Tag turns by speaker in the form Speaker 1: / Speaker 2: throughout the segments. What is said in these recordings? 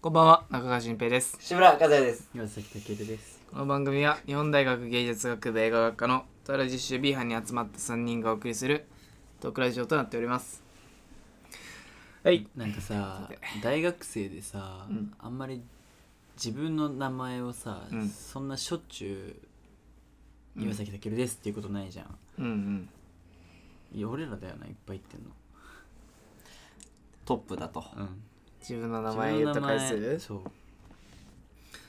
Speaker 1: こんばんは中川純平です
Speaker 2: 志村和也です
Speaker 3: 岩崎武です
Speaker 1: この番組は日本大学芸術学部映画学科のとある実習 B 班に集まった3人がお送りするトークラジオとなっておりますはい
Speaker 3: なんかさ
Speaker 1: さて
Speaker 3: 大学生でさ、
Speaker 1: うん
Speaker 3: あんまり自分の名前をさ、
Speaker 1: うん
Speaker 3: そんなしょっちゅう岩崎武ですっていうことないじゃん、
Speaker 1: うんうん
Speaker 3: いや俺らだよないっぱい言ってんの
Speaker 2: トップだと
Speaker 3: うん
Speaker 1: 自分の名前言った回
Speaker 3: 自分の名前
Speaker 1: 数
Speaker 3: そう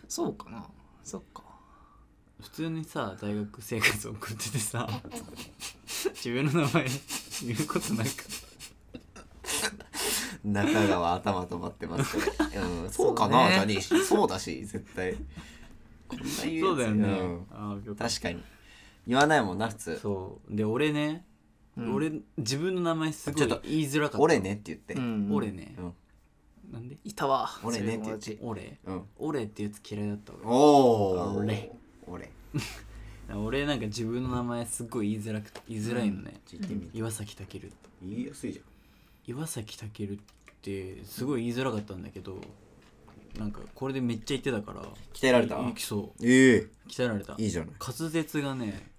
Speaker 1: そうかなそっか
Speaker 3: 普通にさ大学生活送っててさ自分の名前言うことなんか
Speaker 2: 中川頭止まってます けど、うん、そうか
Speaker 1: そう
Speaker 2: な
Speaker 1: ね
Speaker 2: ジャニー氏そうだし絶対こんな言やつ
Speaker 3: そうだよね、
Speaker 2: うん
Speaker 3: ああよかっ
Speaker 2: 確かに言わないもんな普
Speaker 3: た
Speaker 2: 通
Speaker 3: そうで俺ね、
Speaker 1: うん
Speaker 3: 俺自分の名前すご
Speaker 2: ち
Speaker 3: い
Speaker 2: ょっ
Speaker 3: 言
Speaker 2: と
Speaker 3: いづらかった
Speaker 2: 俺ねって言って、
Speaker 1: うん
Speaker 3: 俺ね
Speaker 2: う、ん
Speaker 3: なんで
Speaker 1: いたわ
Speaker 2: 俺ねって
Speaker 1: そういう友
Speaker 2: 言っ
Speaker 1: 達
Speaker 2: て
Speaker 3: 俺
Speaker 2: うん
Speaker 3: 俺ってやつ嫌いだった
Speaker 2: おお
Speaker 3: 俺
Speaker 2: 俺
Speaker 3: 俺俺なんか自分の名前すっごい言いづらくて言いづらいのね、
Speaker 2: 言ってみて
Speaker 3: 岩崎武と
Speaker 2: 言いやすいじゃん
Speaker 3: 岩崎武ってすごい言いづらかったんだけどなんかこれでめっちゃ言ってたから
Speaker 2: 鍛えられた
Speaker 3: いそ
Speaker 2: ええ
Speaker 3: う鍛えられた
Speaker 2: いいじゃない
Speaker 3: 滑舌がね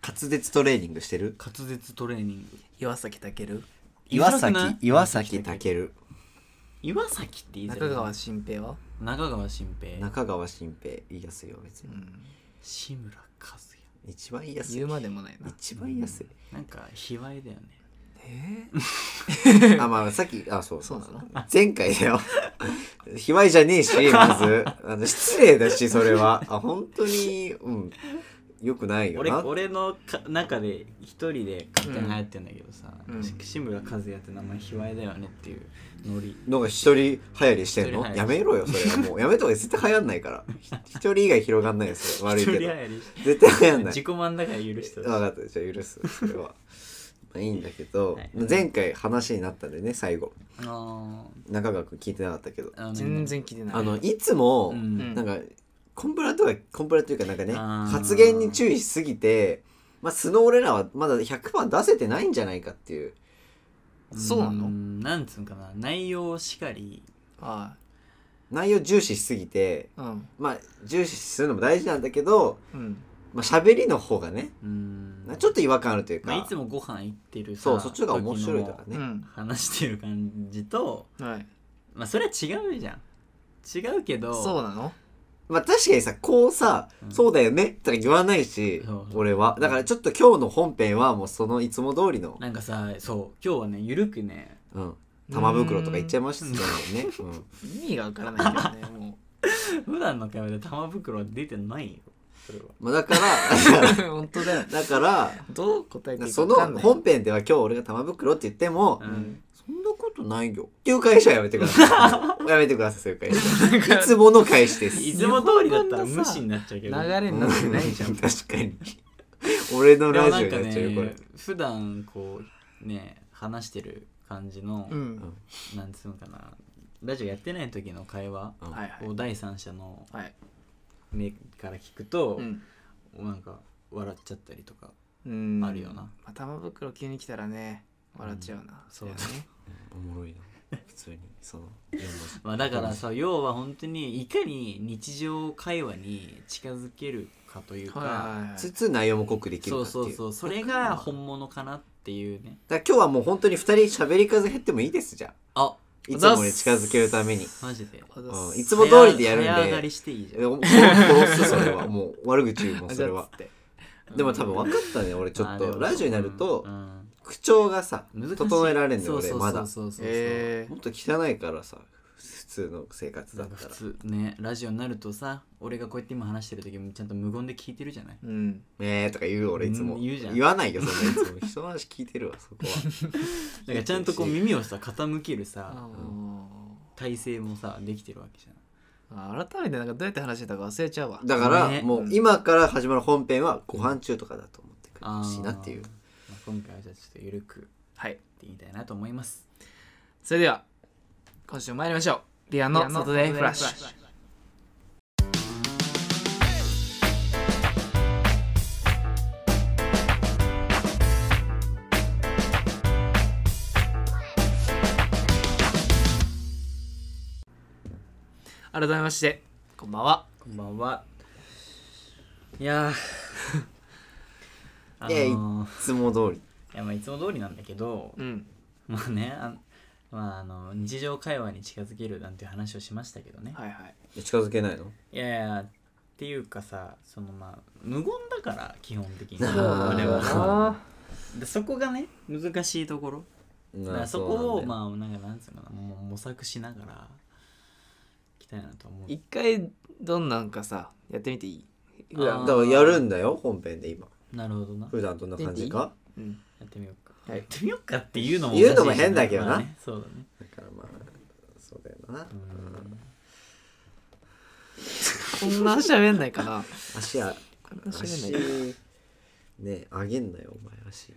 Speaker 2: 滑舌トレーニングしてる
Speaker 3: 滑舌トレーニング
Speaker 1: 岩崎武
Speaker 3: 言い
Speaker 2: 岩
Speaker 3: づらくない
Speaker 2: 崎岩崎健
Speaker 3: 岩崎って言いづら
Speaker 1: 中
Speaker 3: い
Speaker 1: 川新平は
Speaker 3: 中川新平
Speaker 2: 中川新平言いやすいよ別に、
Speaker 3: 志村和也
Speaker 2: 一番言いやす
Speaker 1: 言
Speaker 2: いう
Speaker 1: までもないな
Speaker 2: 一番言いやすい、
Speaker 3: なんか卑猥だよね
Speaker 1: え
Speaker 2: あまあさっきあそう
Speaker 1: そうなの
Speaker 2: 前回だよ卑猥じゃ ねえしまずあの失礼だしそれはあ本当にうんよくないよ
Speaker 3: 俺
Speaker 2: な
Speaker 3: 俺のか中で一人で勝手に流行ってんだけどさ、
Speaker 1: うん
Speaker 3: し志村和也って名前卑猥だよねっていうノリ
Speaker 2: のが一人流行りしてん
Speaker 3: 一人流行
Speaker 2: の
Speaker 3: り
Speaker 2: やめろよそれはも うやめた方がいい絶対流行んないからひ一人以外広がんないです 悪いけ
Speaker 3: 一人流
Speaker 2: ど
Speaker 3: 行り
Speaker 2: 絶対流行んない
Speaker 3: 自己満だから許して
Speaker 2: 分
Speaker 3: ほしい
Speaker 2: かったじゃあ許すそれはまあいいんだけど、
Speaker 3: はい
Speaker 2: 前回話になったんでね最後
Speaker 3: あ
Speaker 2: 中川君聞いてなかったけど
Speaker 3: ーあの
Speaker 1: 全然聞いてない
Speaker 2: あのいつも、
Speaker 3: うん
Speaker 2: なんかコンプラとかコンプラというかなんかね
Speaker 3: あー
Speaker 2: 発言に注意しすぎて、まあ、素の俺らはまだ100%出せてないんじゃないかっていう
Speaker 1: そうなの
Speaker 3: んなんつうんかな内容しかり
Speaker 1: は
Speaker 2: 内容重視しすぎて
Speaker 1: いうん
Speaker 2: まあ重視するのも大事なんだけど、
Speaker 1: うん
Speaker 2: まあ喋りの方がね
Speaker 3: うん
Speaker 2: ちょっと違和感あるというか、
Speaker 3: まあ、いつもご飯行ってるさ
Speaker 2: そうそっちの方が面白いとか
Speaker 1: う
Speaker 3: 時
Speaker 2: ね、
Speaker 3: の
Speaker 1: ん
Speaker 3: 話してる感じと
Speaker 1: はい
Speaker 3: まあそれは違うじゃん違うけど
Speaker 1: そうなの
Speaker 2: まあ確かにさこうさ、
Speaker 3: うん
Speaker 2: そうだよねとか言わないし
Speaker 3: そうそう
Speaker 2: 俺はだからちょっと今日の本編はもうそのいつも通りの、
Speaker 3: なんかさそう今日はねゆるくね
Speaker 2: うん、玉袋とか言っちゃいましたねね、うん
Speaker 1: 意味がわからないけどねも
Speaker 3: 普段の会話で玉袋は出てないよそれは
Speaker 2: まあ、だから
Speaker 1: う本当だよ
Speaker 2: だから
Speaker 1: どう答えていいか
Speaker 2: そ
Speaker 1: わかん
Speaker 2: の
Speaker 1: ない
Speaker 2: 本編では今日俺が玉袋って言っても、
Speaker 3: うん
Speaker 2: そんなことないよっていう会社はやめてくださいやめてくださいそういう会社いつもの返しです
Speaker 3: いつも通りだったら無視になっちゃうけ
Speaker 1: 流
Speaker 3: ど
Speaker 1: れになってないじゃん
Speaker 2: 確かに俺の
Speaker 3: でも
Speaker 2: ラ
Speaker 3: なん
Speaker 2: ジオに
Speaker 3: か
Speaker 2: なっちゃうよこれ
Speaker 3: ね、普段こうね話してる感じの、
Speaker 1: うん
Speaker 3: なんつうのかなラジオやってない時の会話
Speaker 2: うん
Speaker 1: はいはい
Speaker 3: を第三者の
Speaker 1: はい
Speaker 3: 目から聞くと
Speaker 1: う、ん
Speaker 3: なんか笑っちゃったりとか
Speaker 1: うん
Speaker 3: あるよな
Speaker 1: まあ玉袋急に来たらね笑っちゃうな
Speaker 3: そうだね
Speaker 1: だね
Speaker 2: おもろいな普通にその四文字
Speaker 3: まあ、だからさ要は本当にいかに日常会話に近づけるかというか、
Speaker 1: はいはい
Speaker 2: つつ内容も濃くできる
Speaker 3: そ
Speaker 2: か
Speaker 3: う
Speaker 2: っていう
Speaker 3: そうそうそれが本物かなっていうね
Speaker 2: だから今日はもう本当に二人喋り数減ってもいいですじゃあ
Speaker 3: あ
Speaker 2: いつもに近づけるために、
Speaker 3: マジで
Speaker 1: はい
Speaker 2: うん、
Speaker 1: い
Speaker 2: いつも通りでやるんで
Speaker 3: 早上がりしていいじゃん
Speaker 2: えお殺すそれはもう悪口言うもんそれは
Speaker 1: って
Speaker 2: でも多分分かったね俺ちょ
Speaker 3: ま
Speaker 2: っ
Speaker 3: あでも
Speaker 2: とラジオになると
Speaker 3: うん
Speaker 2: 口調がさ
Speaker 3: 難しい
Speaker 2: 整えられんだよ
Speaker 3: そう
Speaker 2: 俺
Speaker 3: そう
Speaker 2: まだ
Speaker 3: そうそうそうそう
Speaker 1: え
Speaker 2: もっと汚いからさ普通の生活だ
Speaker 3: な
Speaker 2: っ
Speaker 3: んか
Speaker 2: た
Speaker 3: 普
Speaker 2: ら
Speaker 3: 通ねラジオになるとさ俺がこうやって今話してる時もちゃんと無言で聞いてるじゃない
Speaker 1: ーうん
Speaker 2: ねえとか言う俺いつも
Speaker 3: うん言うじゃん
Speaker 2: わないよそんないつ も人の話聞いてるわそこは
Speaker 3: だからちゃんとこう耳をさ傾けるさ
Speaker 1: あ
Speaker 3: 体勢もさできてるわけじゃん
Speaker 1: ー改めてなんかどうやって話してたか忘れちゃうわ
Speaker 2: だから、
Speaker 3: ね
Speaker 2: もう今から始まる本編はご飯中とかだと思ってくれてほしいなってい
Speaker 3: あ
Speaker 2: う
Speaker 3: ーまあ今回はじゃあちょっとゆるくや
Speaker 1: はい
Speaker 3: ってみたいなと思います
Speaker 1: それでは今週も参りましょうビアのサトデーフラッシュ改めましてこんばんは
Speaker 3: こんばんは。いやー あの
Speaker 2: いやい
Speaker 3: ー、い
Speaker 2: つも通り
Speaker 3: やまあいつも通りなんだけど、
Speaker 1: うん
Speaker 3: まあねあのまああの日常会話に近づけるなんていう話をしましたけどね、
Speaker 1: はいはい
Speaker 2: 近づけないの
Speaker 3: い、やいやっていうかさそのまあ無言だから基本的に
Speaker 2: あー
Speaker 3: あれ
Speaker 2: そう
Speaker 3: は
Speaker 2: だ
Speaker 3: でそこがね難しいところだか
Speaker 2: な
Speaker 3: らそこを
Speaker 2: あ
Speaker 3: まあなんかなんつうのかなもう模索しながらいきたいなと思う
Speaker 1: 一回どんなんかさやってみていい
Speaker 2: そうなんだ
Speaker 3: あー
Speaker 2: よだからやるんだよ本編で今
Speaker 3: なるほどな
Speaker 2: 普段どんな感じか
Speaker 1: うん
Speaker 3: やってみようか、
Speaker 1: はい
Speaker 3: やってみようかっていうのも
Speaker 2: 言う
Speaker 3: お
Speaker 2: のも
Speaker 3: かしい
Speaker 2: 変だけどな
Speaker 3: まあねそうだね
Speaker 2: だからまあそうだよな
Speaker 3: うん
Speaker 1: こんな喋んないかな
Speaker 2: 足あ
Speaker 1: こんな喋
Speaker 2: 足
Speaker 1: んない
Speaker 2: ねあげんなよお前足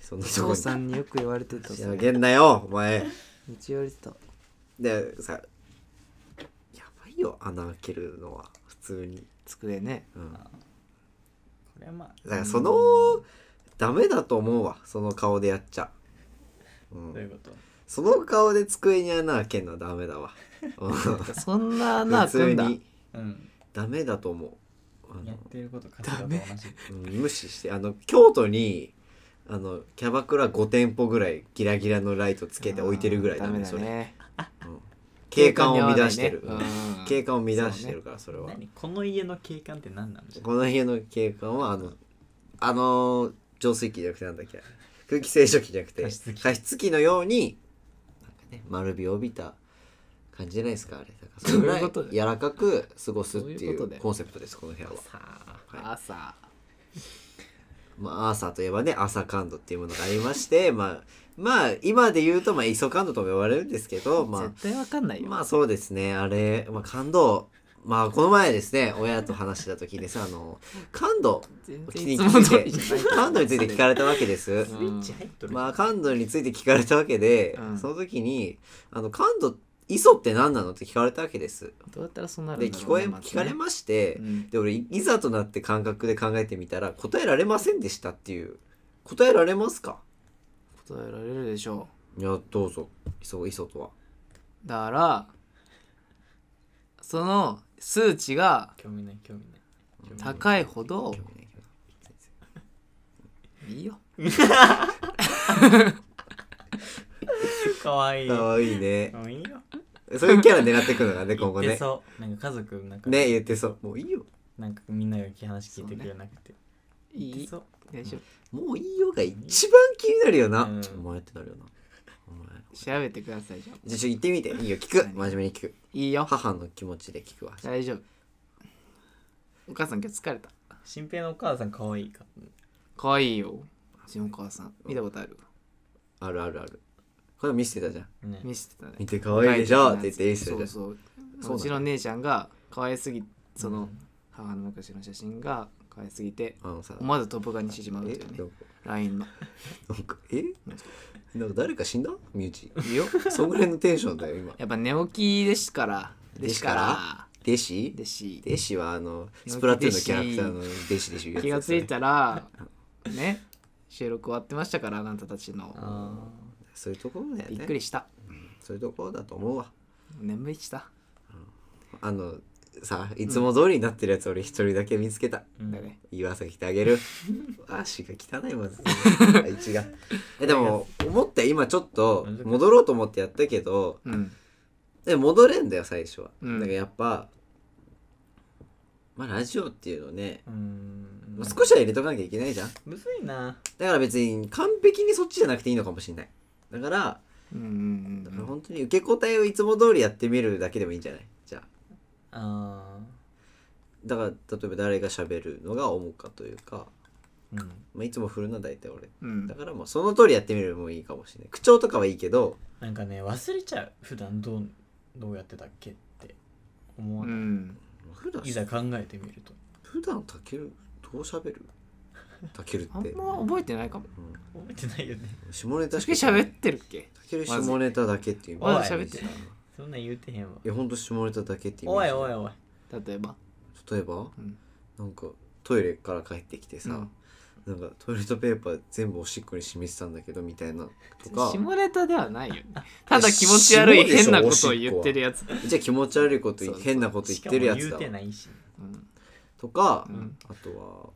Speaker 2: そんなとこ
Speaker 1: 父
Speaker 2: に
Speaker 1: さんによく言われてた
Speaker 2: 足
Speaker 1: そ
Speaker 2: あ
Speaker 1: れ
Speaker 2: げんなよお前
Speaker 1: めっちゃ言われてた
Speaker 2: でさやばいよ穴開けるのは普通に、
Speaker 1: 机ね
Speaker 2: うん、だ
Speaker 3: これはまあ
Speaker 2: からその、ダメだと思うわその顔でやっちゃ、
Speaker 3: ど
Speaker 2: う、
Speaker 3: ういうんこと
Speaker 2: その顔で机に穴開けんのはダメだわ うん
Speaker 1: そんな穴
Speaker 2: 普通
Speaker 1: 開くんだ
Speaker 2: に
Speaker 3: うん
Speaker 2: ダメだと思うあ
Speaker 3: やっ
Speaker 2: の、
Speaker 3: てること活動と同じ
Speaker 2: うん無視してあの京都にあのキャバクラ5店舗ぐらいギラギラのライトつけて置いてるぐらい
Speaker 1: ダ
Speaker 2: だ
Speaker 1: メ
Speaker 2: ね
Speaker 1: だ
Speaker 2: それ
Speaker 1: ね
Speaker 2: 景観を乱してる、
Speaker 1: 景観に合わないねうん
Speaker 2: 景観を乱してるからそれ は
Speaker 3: 何この家の景観って何なのじゃ
Speaker 2: この家の景観はあのあの浄水器じゃなくてなんだっけ空気清浄機じゃなくて
Speaker 3: 加湿器
Speaker 2: 加湿器のようになんか、ね、丸みを帯びた感じじゃないですかあれだからそれぐら
Speaker 1: どういう
Speaker 2: い
Speaker 1: ことだよ
Speaker 2: 柔らかく過ごすって
Speaker 1: どうい
Speaker 2: いう
Speaker 1: こと
Speaker 2: う
Speaker 1: だよ
Speaker 2: コンセプトですこの部屋は、
Speaker 3: さあ
Speaker 2: はい
Speaker 1: 朝
Speaker 2: まあ、アーサーといえばね朝感度っていうものがありまして まあまあ今で言うとまあ磯感度とも呼ばれるんですけどまあ
Speaker 1: 絶対わかんないよ
Speaker 2: まあそうですね、あれ、まあ感動、まあこの前ですね、親と話した時です、あの、感度
Speaker 1: 全
Speaker 2: 気
Speaker 1: 然い
Speaker 2: に
Speaker 1: つも
Speaker 2: つ
Speaker 1: 通
Speaker 2: い
Speaker 1: り
Speaker 2: て
Speaker 1: じゃない、
Speaker 2: 感度について聞かれたわけです。
Speaker 3: スイッチ入っとる、
Speaker 2: まあ感度について聞かれたわけで、
Speaker 1: うん
Speaker 2: その時に、あの、感度、磯って何なのって聞かれたわけです。
Speaker 1: どうやったらそうなる
Speaker 2: で、
Speaker 1: んだ
Speaker 2: 聞
Speaker 1: ろう
Speaker 2: こ
Speaker 1: ね
Speaker 2: え、
Speaker 1: まずね
Speaker 2: 聞かれまして、
Speaker 1: うん
Speaker 2: で、俺、いいざとなって感覚で考えてみたら、答えられませんでしたっていう、答えられますか
Speaker 1: 答えられるでしょ
Speaker 2: いや、どうぞ、磯、磯とは。
Speaker 1: うだからその数値が
Speaker 3: 興味ない興味ない
Speaker 1: 高いほど
Speaker 2: 興味ないけど全然
Speaker 1: いいよ
Speaker 3: かわいい
Speaker 2: かわいいね。
Speaker 3: もういいよ
Speaker 2: そういうキャラ狙ってくのがね、今後
Speaker 3: 言って
Speaker 2: ね。
Speaker 3: そうなんか家族なんか
Speaker 2: ね、言ってそう。もういいよ。
Speaker 3: なんかみんなが話聞いてくれなくて、
Speaker 1: い
Speaker 3: 言っ
Speaker 1: い
Speaker 3: てそう
Speaker 1: 大丈夫
Speaker 2: もういいよが一番気になるよな。
Speaker 3: うん
Speaker 2: お前ってなるよな。お前。
Speaker 1: 調べてくださいじゃあ
Speaker 2: じゃあちょっと言ってみて。いいよ、聞く。真面目に聞く。
Speaker 1: いいよ
Speaker 2: 母の気持ちで聞くわ。
Speaker 1: 大丈夫お母さん今日疲れた
Speaker 3: 新平のお母さんかわいいか
Speaker 1: 可愛いようちのお母さん見たことある
Speaker 2: あるあるある。これ見せてたじゃん。
Speaker 3: ね
Speaker 1: 見せてたね
Speaker 2: 見て可愛いでしょって言って見せて
Speaker 1: そ
Speaker 2: た
Speaker 1: う
Speaker 2: じ
Speaker 1: そう
Speaker 2: そう
Speaker 1: うちの姉ちゃんが可愛すぎそうの
Speaker 3: ん
Speaker 1: 母の昔の写真が可愛すぎて
Speaker 2: ゃん。あのさ。
Speaker 1: 思わずトップガンにしてしまうってい
Speaker 2: え
Speaker 1: う
Speaker 2: な
Speaker 1: ね
Speaker 2: んか
Speaker 1: LINE の
Speaker 2: なんかえなんか誰か死んだ身内
Speaker 1: いいよ
Speaker 2: そんぐらいのテンションだよ今
Speaker 1: やっぱ寝起きですから
Speaker 2: ですから弟子
Speaker 1: ですし
Speaker 2: 弟子はあのスプラトゥーンのキャラクターの弟子でしょ
Speaker 1: 気がついたらね収録終わってましたからあなたたちの
Speaker 3: あ
Speaker 2: そういうところだよね
Speaker 1: びっくりした
Speaker 2: そういうところだと思うわ
Speaker 1: 眠いした
Speaker 2: あのさいつも通りになってるやつ俺一人だけ見つけた、
Speaker 3: ーうん
Speaker 1: だね
Speaker 2: 岩崎てあ げる足が汚いまずあいつがえでも思ったよ今ちょっと戻ろうと思ってやったけど
Speaker 1: うん
Speaker 2: でも戻れんだよ最初は、
Speaker 1: うん
Speaker 2: だからやっぱまあラジオっていうのね
Speaker 3: うーん
Speaker 2: まあ少しは入れとかなきゃいけないじゃん
Speaker 3: むずいな
Speaker 2: だから別に完璧にそっちじゃなくていいのかもしれないだから
Speaker 1: うん
Speaker 2: だ
Speaker 1: う
Speaker 2: から
Speaker 1: ん
Speaker 2: 本当に受け答えをいつも通りやってみるだけでもいいんじゃないじゃあ
Speaker 3: あ
Speaker 2: だから例えば誰が喋るのが思うかというか、
Speaker 3: ーうん
Speaker 2: まあ、いつも振るのは大体
Speaker 1: う
Speaker 2: 俺だ
Speaker 1: ん
Speaker 2: からもうその通りやってみるのもいいかもしれない口調とかはいいけど
Speaker 3: なんかね忘れちゃう普段どうどうやってたっけって思
Speaker 1: う
Speaker 3: わない、
Speaker 1: ん
Speaker 2: 普段
Speaker 3: いざ考えてみると
Speaker 2: 普段たけるどう喋るたける
Speaker 1: あ
Speaker 2: っ
Speaker 1: ん
Speaker 2: て、
Speaker 1: ま覚えてないかも
Speaker 2: う
Speaker 3: 覚えてないよね
Speaker 2: ん、下ネタ
Speaker 1: 確
Speaker 2: し
Speaker 1: か
Speaker 2: か
Speaker 1: に喋ってるっけ
Speaker 2: たける下ネタだけっていう
Speaker 1: ま
Speaker 3: ず
Speaker 2: イメ
Speaker 1: おい
Speaker 2: ー
Speaker 1: 喋
Speaker 2: ジ
Speaker 1: ってない
Speaker 3: そんなん言うてへんわ
Speaker 2: いやほんと下ネタだけっていうイメ
Speaker 3: お
Speaker 2: ー
Speaker 3: い
Speaker 2: ジ
Speaker 3: おいおい
Speaker 1: 例えば
Speaker 2: 例えば、
Speaker 1: うん
Speaker 2: なんかトイレから帰ってきてさ、
Speaker 1: うん
Speaker 2: なんかトイレットペーパー全部おしっこに染みてたんだけどみたいなとか
Speaker 1: 下ネタではないよねただ気持ち悪い変なことを言ってるやつ、
Speaker 2: じゃあ気持ち悪いこと言い
Speaker 1: そう
Speaker 2: 変なこと言ってるやつ
Speaker 3: しか
Speaker 2: だ
Speaker 3: も言うてないし
Speaker 1: うん
Speaker 2: とか、
Speaker 1: うん
Speaker 2: あとは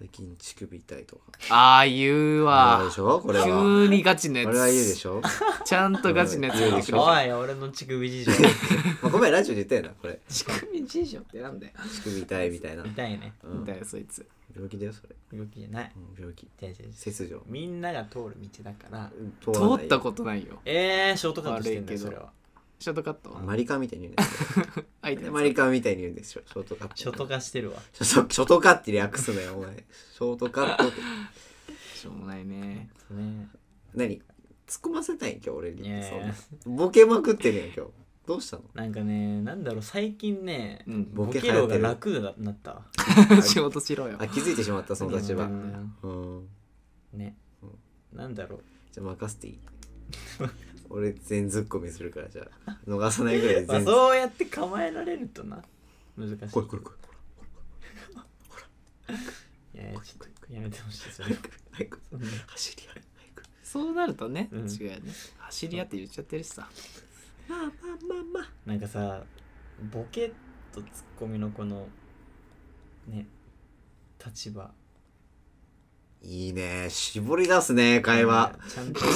Speaker 2: 最近乳首痛いとか
Speaker 1: ああ言うわ
Speaker 2: あるでしょこれはこ
Speaker 1: 急にガチの
Speaker 2: れ
Speaker 1: やつ
Speaker 2: は言うでしょ、
Speaker 1: ちゃんとガチのやつ言ってくれ
Speaker 2: うん
Speaker 1: る
Speaker 3: おい俺の乳首事情
Speaker 2: まあ、ごめんラジオで言ったよなこれ
Speaker 1: 仕組み事情ってなんだよ、
Speaker 2: 乳首痛いみたいな、
Speaker 3: 痛いね
Speaker 2: うん
Speaker 1: だよそいつ
Speaker 2: 病気だよそれ、
Speaker 3: 動きじゃない
Speaker 2: うん、病気
Speaker 3: 違う違う違う
Speaker 2: 切除
Speaker 3: みんなが通る道だから
Speaker 2: 通らない
Speaker 1: 通ったことないよ
Speaker 3: えー、ショートカットしてんだよ
Speaker 1: 悪いけど
Speaker 3: それは
Speaker 1: ショートカット
Speaker 2: マリカみたいに言うんですよ
Speaker 1: 相 手の
Speaker 2: マリカみたいに言うんですよショートカット
Speaker 3: ショート化してるわ
Speaker 2: ショショートカット略すなよお前ショートカットって
Speaker 1: しょうもないね
Speaker 3: ね
Speaker 2: 何突っ込ませたいん今日俺
Speaker 3: いや
Speaker 2: に
Speaker 3: い
Speaker 2: そん
Speaker 3: や
Speaker 2: なボケまくってるやん今日どうしたの
Speaker 3: なんかねなんだろう最近ね
Speaker 1: うん
Speaker 2: ボ
Speaker 3: ボ
Speaker 2: ケ
Speaker 3: ケ
Speaker 2: 流行っ
Speaker 3: 量
Speaker 2: て
Speaker 3: が
Speaker 2: る
Speaker 3: 楽になったわ
Speaker 1: 仕事しろよ
Speaker 2: あ気づいてしまったその立場
Speaker 3: う
Speaker 2: うんん
Speaker 3: ねなんだろう
Speaker 2: じゃあ任せていい俺全ツッコミするからじゃあ逃さないぐら い
Speaker 3: まあ
Speaker 2: 全こ
Speaker 3: そうやって構えられるとな難しい
Speaker 2: れこれこ
Speaker 3: いやいやちょっとやめてほしいそれ
Speaker 2: れ早く
Speaker 3: うん
Speaker 2: 走りや早く
Speaker 1: そうなるとね、
Speaker 3: うん
Speaker 1: 違うよね走り屋って言っちゃってるしさ
Speaker 2: まあまあまあまあ
Speaker 3: なんかさボケとツッコミのこのね立場
Speaker 2: いいね絞り出すね会話
Speaker 3: ちゃんと
Speaker 2: ど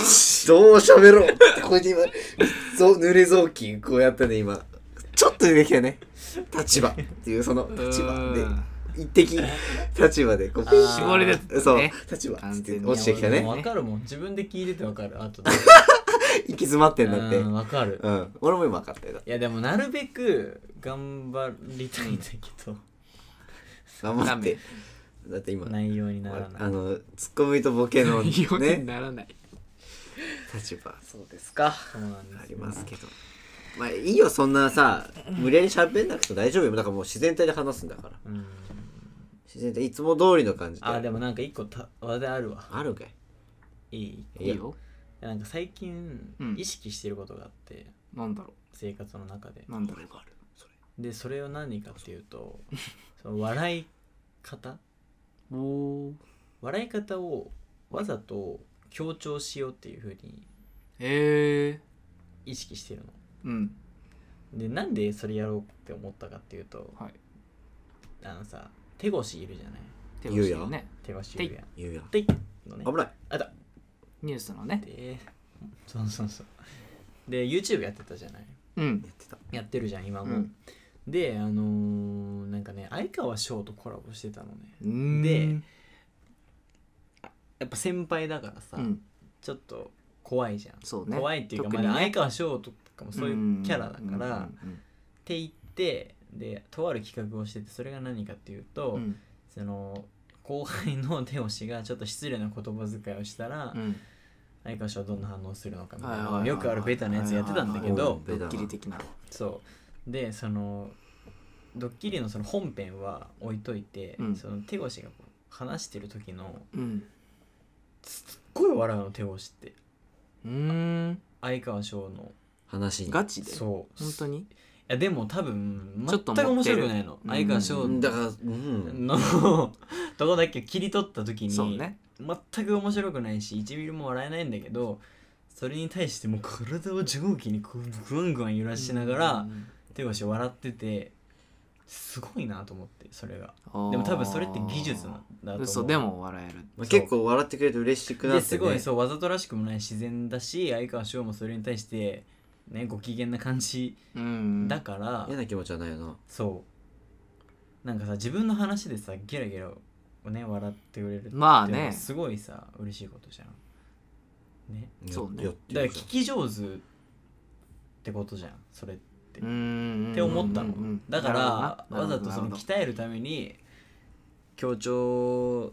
Speaker 2: う喋ろうってここに今ぞ濡れ雑巾こうやったね今ちょっと出てきたね立場っていうその立場で
Speaker 1: うん
Speaker 2: 一滴立場でこ
Speaker 3: あー絞り
Speaker 1: 出てたね
Speaker 2: そう立場っつって落ちてきた
Speaker 1: 完全に
Speaker 2: ね
Speaker 3: 分かるもん自分で聞いてて分かるあとで
Speaker 2: 行き詰まってんだって
Speaker 3: うん分かる
Speaker 2: うん俺も今分かったよ
Speaker 3: いやでもなるべく頑張りたいんだけど
Speaker 2: 頑張
Speaker 1: ダ
Speaker 2: っ
Speaker 1: メ
Speaker 2: てだって今
Speaker 3: 内容になら
Speaker 2: あ
Speaker 3: ない
Speaker 2: のツッコミとボケの
Speaker 1: 内容に
Speaker 2: ね
Speaker 1: ならない、
Speaker 2: 立場
Speaker 3: そうですかそうなんです
Speaker 2: ありますけどまあいいよそんなさ無理やり喋んなくて大丈夫よだからもう自然体で話すんだから
Speaker 3: うん
Speaker 2: 自然体いつも通りの感じで
Speaker 3: あでもなんか一個た話題あるわ
Speaker 2: あるんかい
Speaker 3: いい
Speaker 2: い
Speaker 1: い
Speaker 2: や
Speaker 1: いよ
Speaker 3: なんか最近
Speaker 1: うん
Speaker 3: 意識してることがあって、
Speaker 1: なんだろ
Speaker 3: 生活の中で
Speaker 1: うなんだろ
Speaker 2: 俺もあるそれ
Speaker 3: でそれを何かっていう とその笑い方
Speaker 1: うおー
Speaker 3: 笑い方をわざと強調しようっていうふうに
Speaker 1: へえ
Speaker 3: 意識してるの
Speaker 1: うん
Speaker 3: でなんでそれやろうって思ったかっていうと
Speaker 1: はい
Speaker 3: あのさ手越しいるじゃない
Speaker 1: 手
Speaker 2: 言う
Speaker 1: をして
Speaker 2: よ
Speaker 1: るね
Speaker 3: 手越しいるやん
Speaker 2: 言うやん
Speaker 3: ていのね
Speaker 2: 危ない
Speaker 3: あだ
Speaker 1: ニュースのね
Speaker 3: でそうそうそうで YouTube やってたじゃない
Speaker 1: うん
Speaker 2: やってた
Speaker 3: やってるじゃん今
Speaker 1: う
Speaker 3: も、
Speaker 1: ん
Speaker 3: であのーなんかね相川翔とコラボしてたのね
Speaker 1: うん
Speaker 3: でやっぱ先輩だからさ、
Speaker 1: うん
Speaker 3: ちょっと怖いじゃん
Speaker 1: そうね
Speaker 3: 怖いっていうか、
Speaker 1: 特
Speaker 3: ま
Speaker 1: に
Speaker 3: あ
Speaker 1: ね
Speaker 3: 相川翔とかもそういうキャラだから、
Speaker 1: う
Speaker 3: っ
Speaker 1: ん
Speaker 3: て言ってでとある企画をしててそれが何かっていう
Speaker 1: う
Speaker 3: と、
Speaker 1: んうん
Speaker 3: その後輩の手押しがちょっと失礼な言葉遣いをしたら、
Speaker 1: うんうん
Speaker 3: 相川翔はどんな反応するのかみたい
Speaker 1: はい
Speaker 3: な
Speaker 1: はい
Speaker 3: の
Speaker 1: は
Speaker 3: を
Speaker 1: い
Speaker 3: よくあるベタなやつやってたんだけ
Speaker 2: はいはいは
Speaker 3: ど
Speaker 2: い
Speaker 1: ドッキリ的な
Speaker 3: そうでそのドッキリのその本編は置いといて、
Speaker 1: うん
Speaker 3: その手越しがこう話してる時の
Speaker 1: うん
Speaker 3: すっごい笑うの手越しって
Speaker 1: うーん
Speaker 3: 相川翔の
Speaker 2: 話に
Speaker 1: ガチで本
Speaker 3: そう
Speaker 1: 当に
Speaker 3: いやでも多分
Speaker 1: ちょっと
Speaker 3: 全く
Speaker 1: 持
Speaker 3: 面
Speaker 1: ってる
Speaker 3: 白くないの
Speaker 1: うん
Speaker 3: 相川翔
Speaker 2: うんだからうん
Speaker 3: のとこだけ切り取った時
Speaker 1: そう
Speaker 3: に
Speaker 1: ね
Speaker 3: 全く面白くないし1ミリも笑えないんだけどそれに対してもう体を上下にこうぐんぐん揺らしながら手越し笑っててすごいなと思ってそれがでも多分それって技術なんだと思う
Speaker 1: 嘘でも笑える
Speaker 2: まあ
Speaker 3: そう
Speaker 2: 結構笑ってくれて嬉しくな
Speaker 3: で
Speaker 2: ってね
Speaker 3: すごいそうわざとらしくもない自然だし相川翔もそれに対してねご機嫌な感じ
Speaker 1: うん
Speaker 3: だから、
Speaker 2: 嫌な気持ちはないよな
Speaker 3: そうなんかさ自分の話でさゲラゲラね笑ってくれるって
Speaker 1: まあね
Speaker 3: すごいさ嬉しいことじゃんね
Speaker 1: そうね
Speaker 2: やって
Speaker 3: だから
Speaker 2: る
Speaker 3: 聞き上手ってことじゃんそれっ
Speaker 1: うんうんうん
Speaker 3: て思ったの、
Speaker 1: うんうん
Speaker 3: だから
Speaker 1: なる
Speaker 3: わ
Speaker 1: ほど
Speaker 3: ざ
Speaker 1: な
Speaker 3: とそ
Speaker 1: なるほ
Speaker 3: の
Speaker 1: ど
Speaker 3: 鍛えるために強調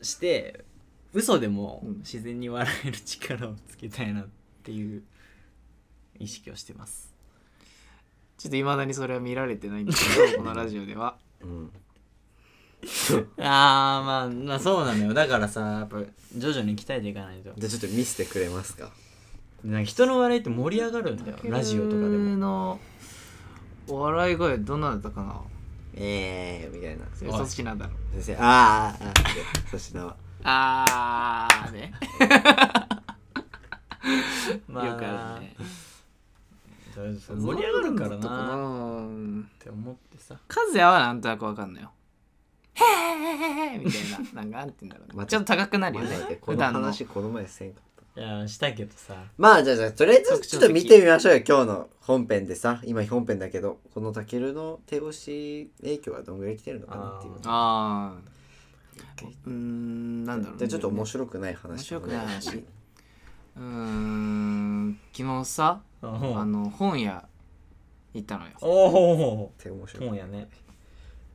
Speaker 3: して嘘でも
Speaker 1: うん
Speaker 3: 自然に笑える力をつけたいなっていう意識をしてます
Speaker 1: ちょっといまだにそれは見られてないんです けどこのラジオでは
Speaker 2: じゃんうん
Speaker 3: あーまあまあそうなのよだからさやっぱ徐々に鍛えていかないと
Speaker 2: じゃあちょっと見せてくれますか
Speaker 3: なんか人の笑いって盛り上がるんだよラジオとかで
Speaker 1: 野球
Speaker 3: も
Speaker 1: のお笑い声どんなだったかな
Speaker 2: えー、みたいな。
Speaker 1: それ粗品だろ
Speaker 2: 先生、あーあー、粗品は。
Speaker 1: あーね
Speaker 3: まあ
Speaker 1: よくあるね
Speaker 3: とりあえずさ盛り上がるから
Speaker 1: ちょっとこ
Speaker 3: なっ
Speaker 1: の
Speaker 3: て思ってさ
Speaker 1: カズヤはなんとなくわかんのよ。へーみたいな。 なんかなんて言うんだろう
Speaker 2: まあ
Speaker 1: ね。ちょっと高くなるよね
Speaker 2: 待って。こ
Speaker 1: 普
Speaker 2: の
Speaker 1: 段の。
Speaker 2: 話、この前せんかった。
Speaker 3: いやしたけどさ
Speaker 2: まあ、じゃあ、じゃあ、とりあえず、
Speaker 1: 特
Speaker 2: ち
Speaker 1: 徴
Speaker 2: ょ
Speaker 1: 的
Speaker 2: っと見てみましょうよ、今日の本編でさ。今、本編だけど、このタケルの手押し影響はどんぐらい来てるのかなっていう。
Speaker 3: あ
Speaker 1: あー。うーん、なんだろう、
Speaker 2: じゃあ、ちょっと面
Speaker 1: 白
Speaker 2: 白くない話もね。
Speaker 1: 面白くない話うーん、昨日さ、
Speaker 3: あ
Speaker 1: あの、本屋行ったのよ。
Speaker 3: おお
Speaker 2: 手面白くない
Speaker 3: 本やね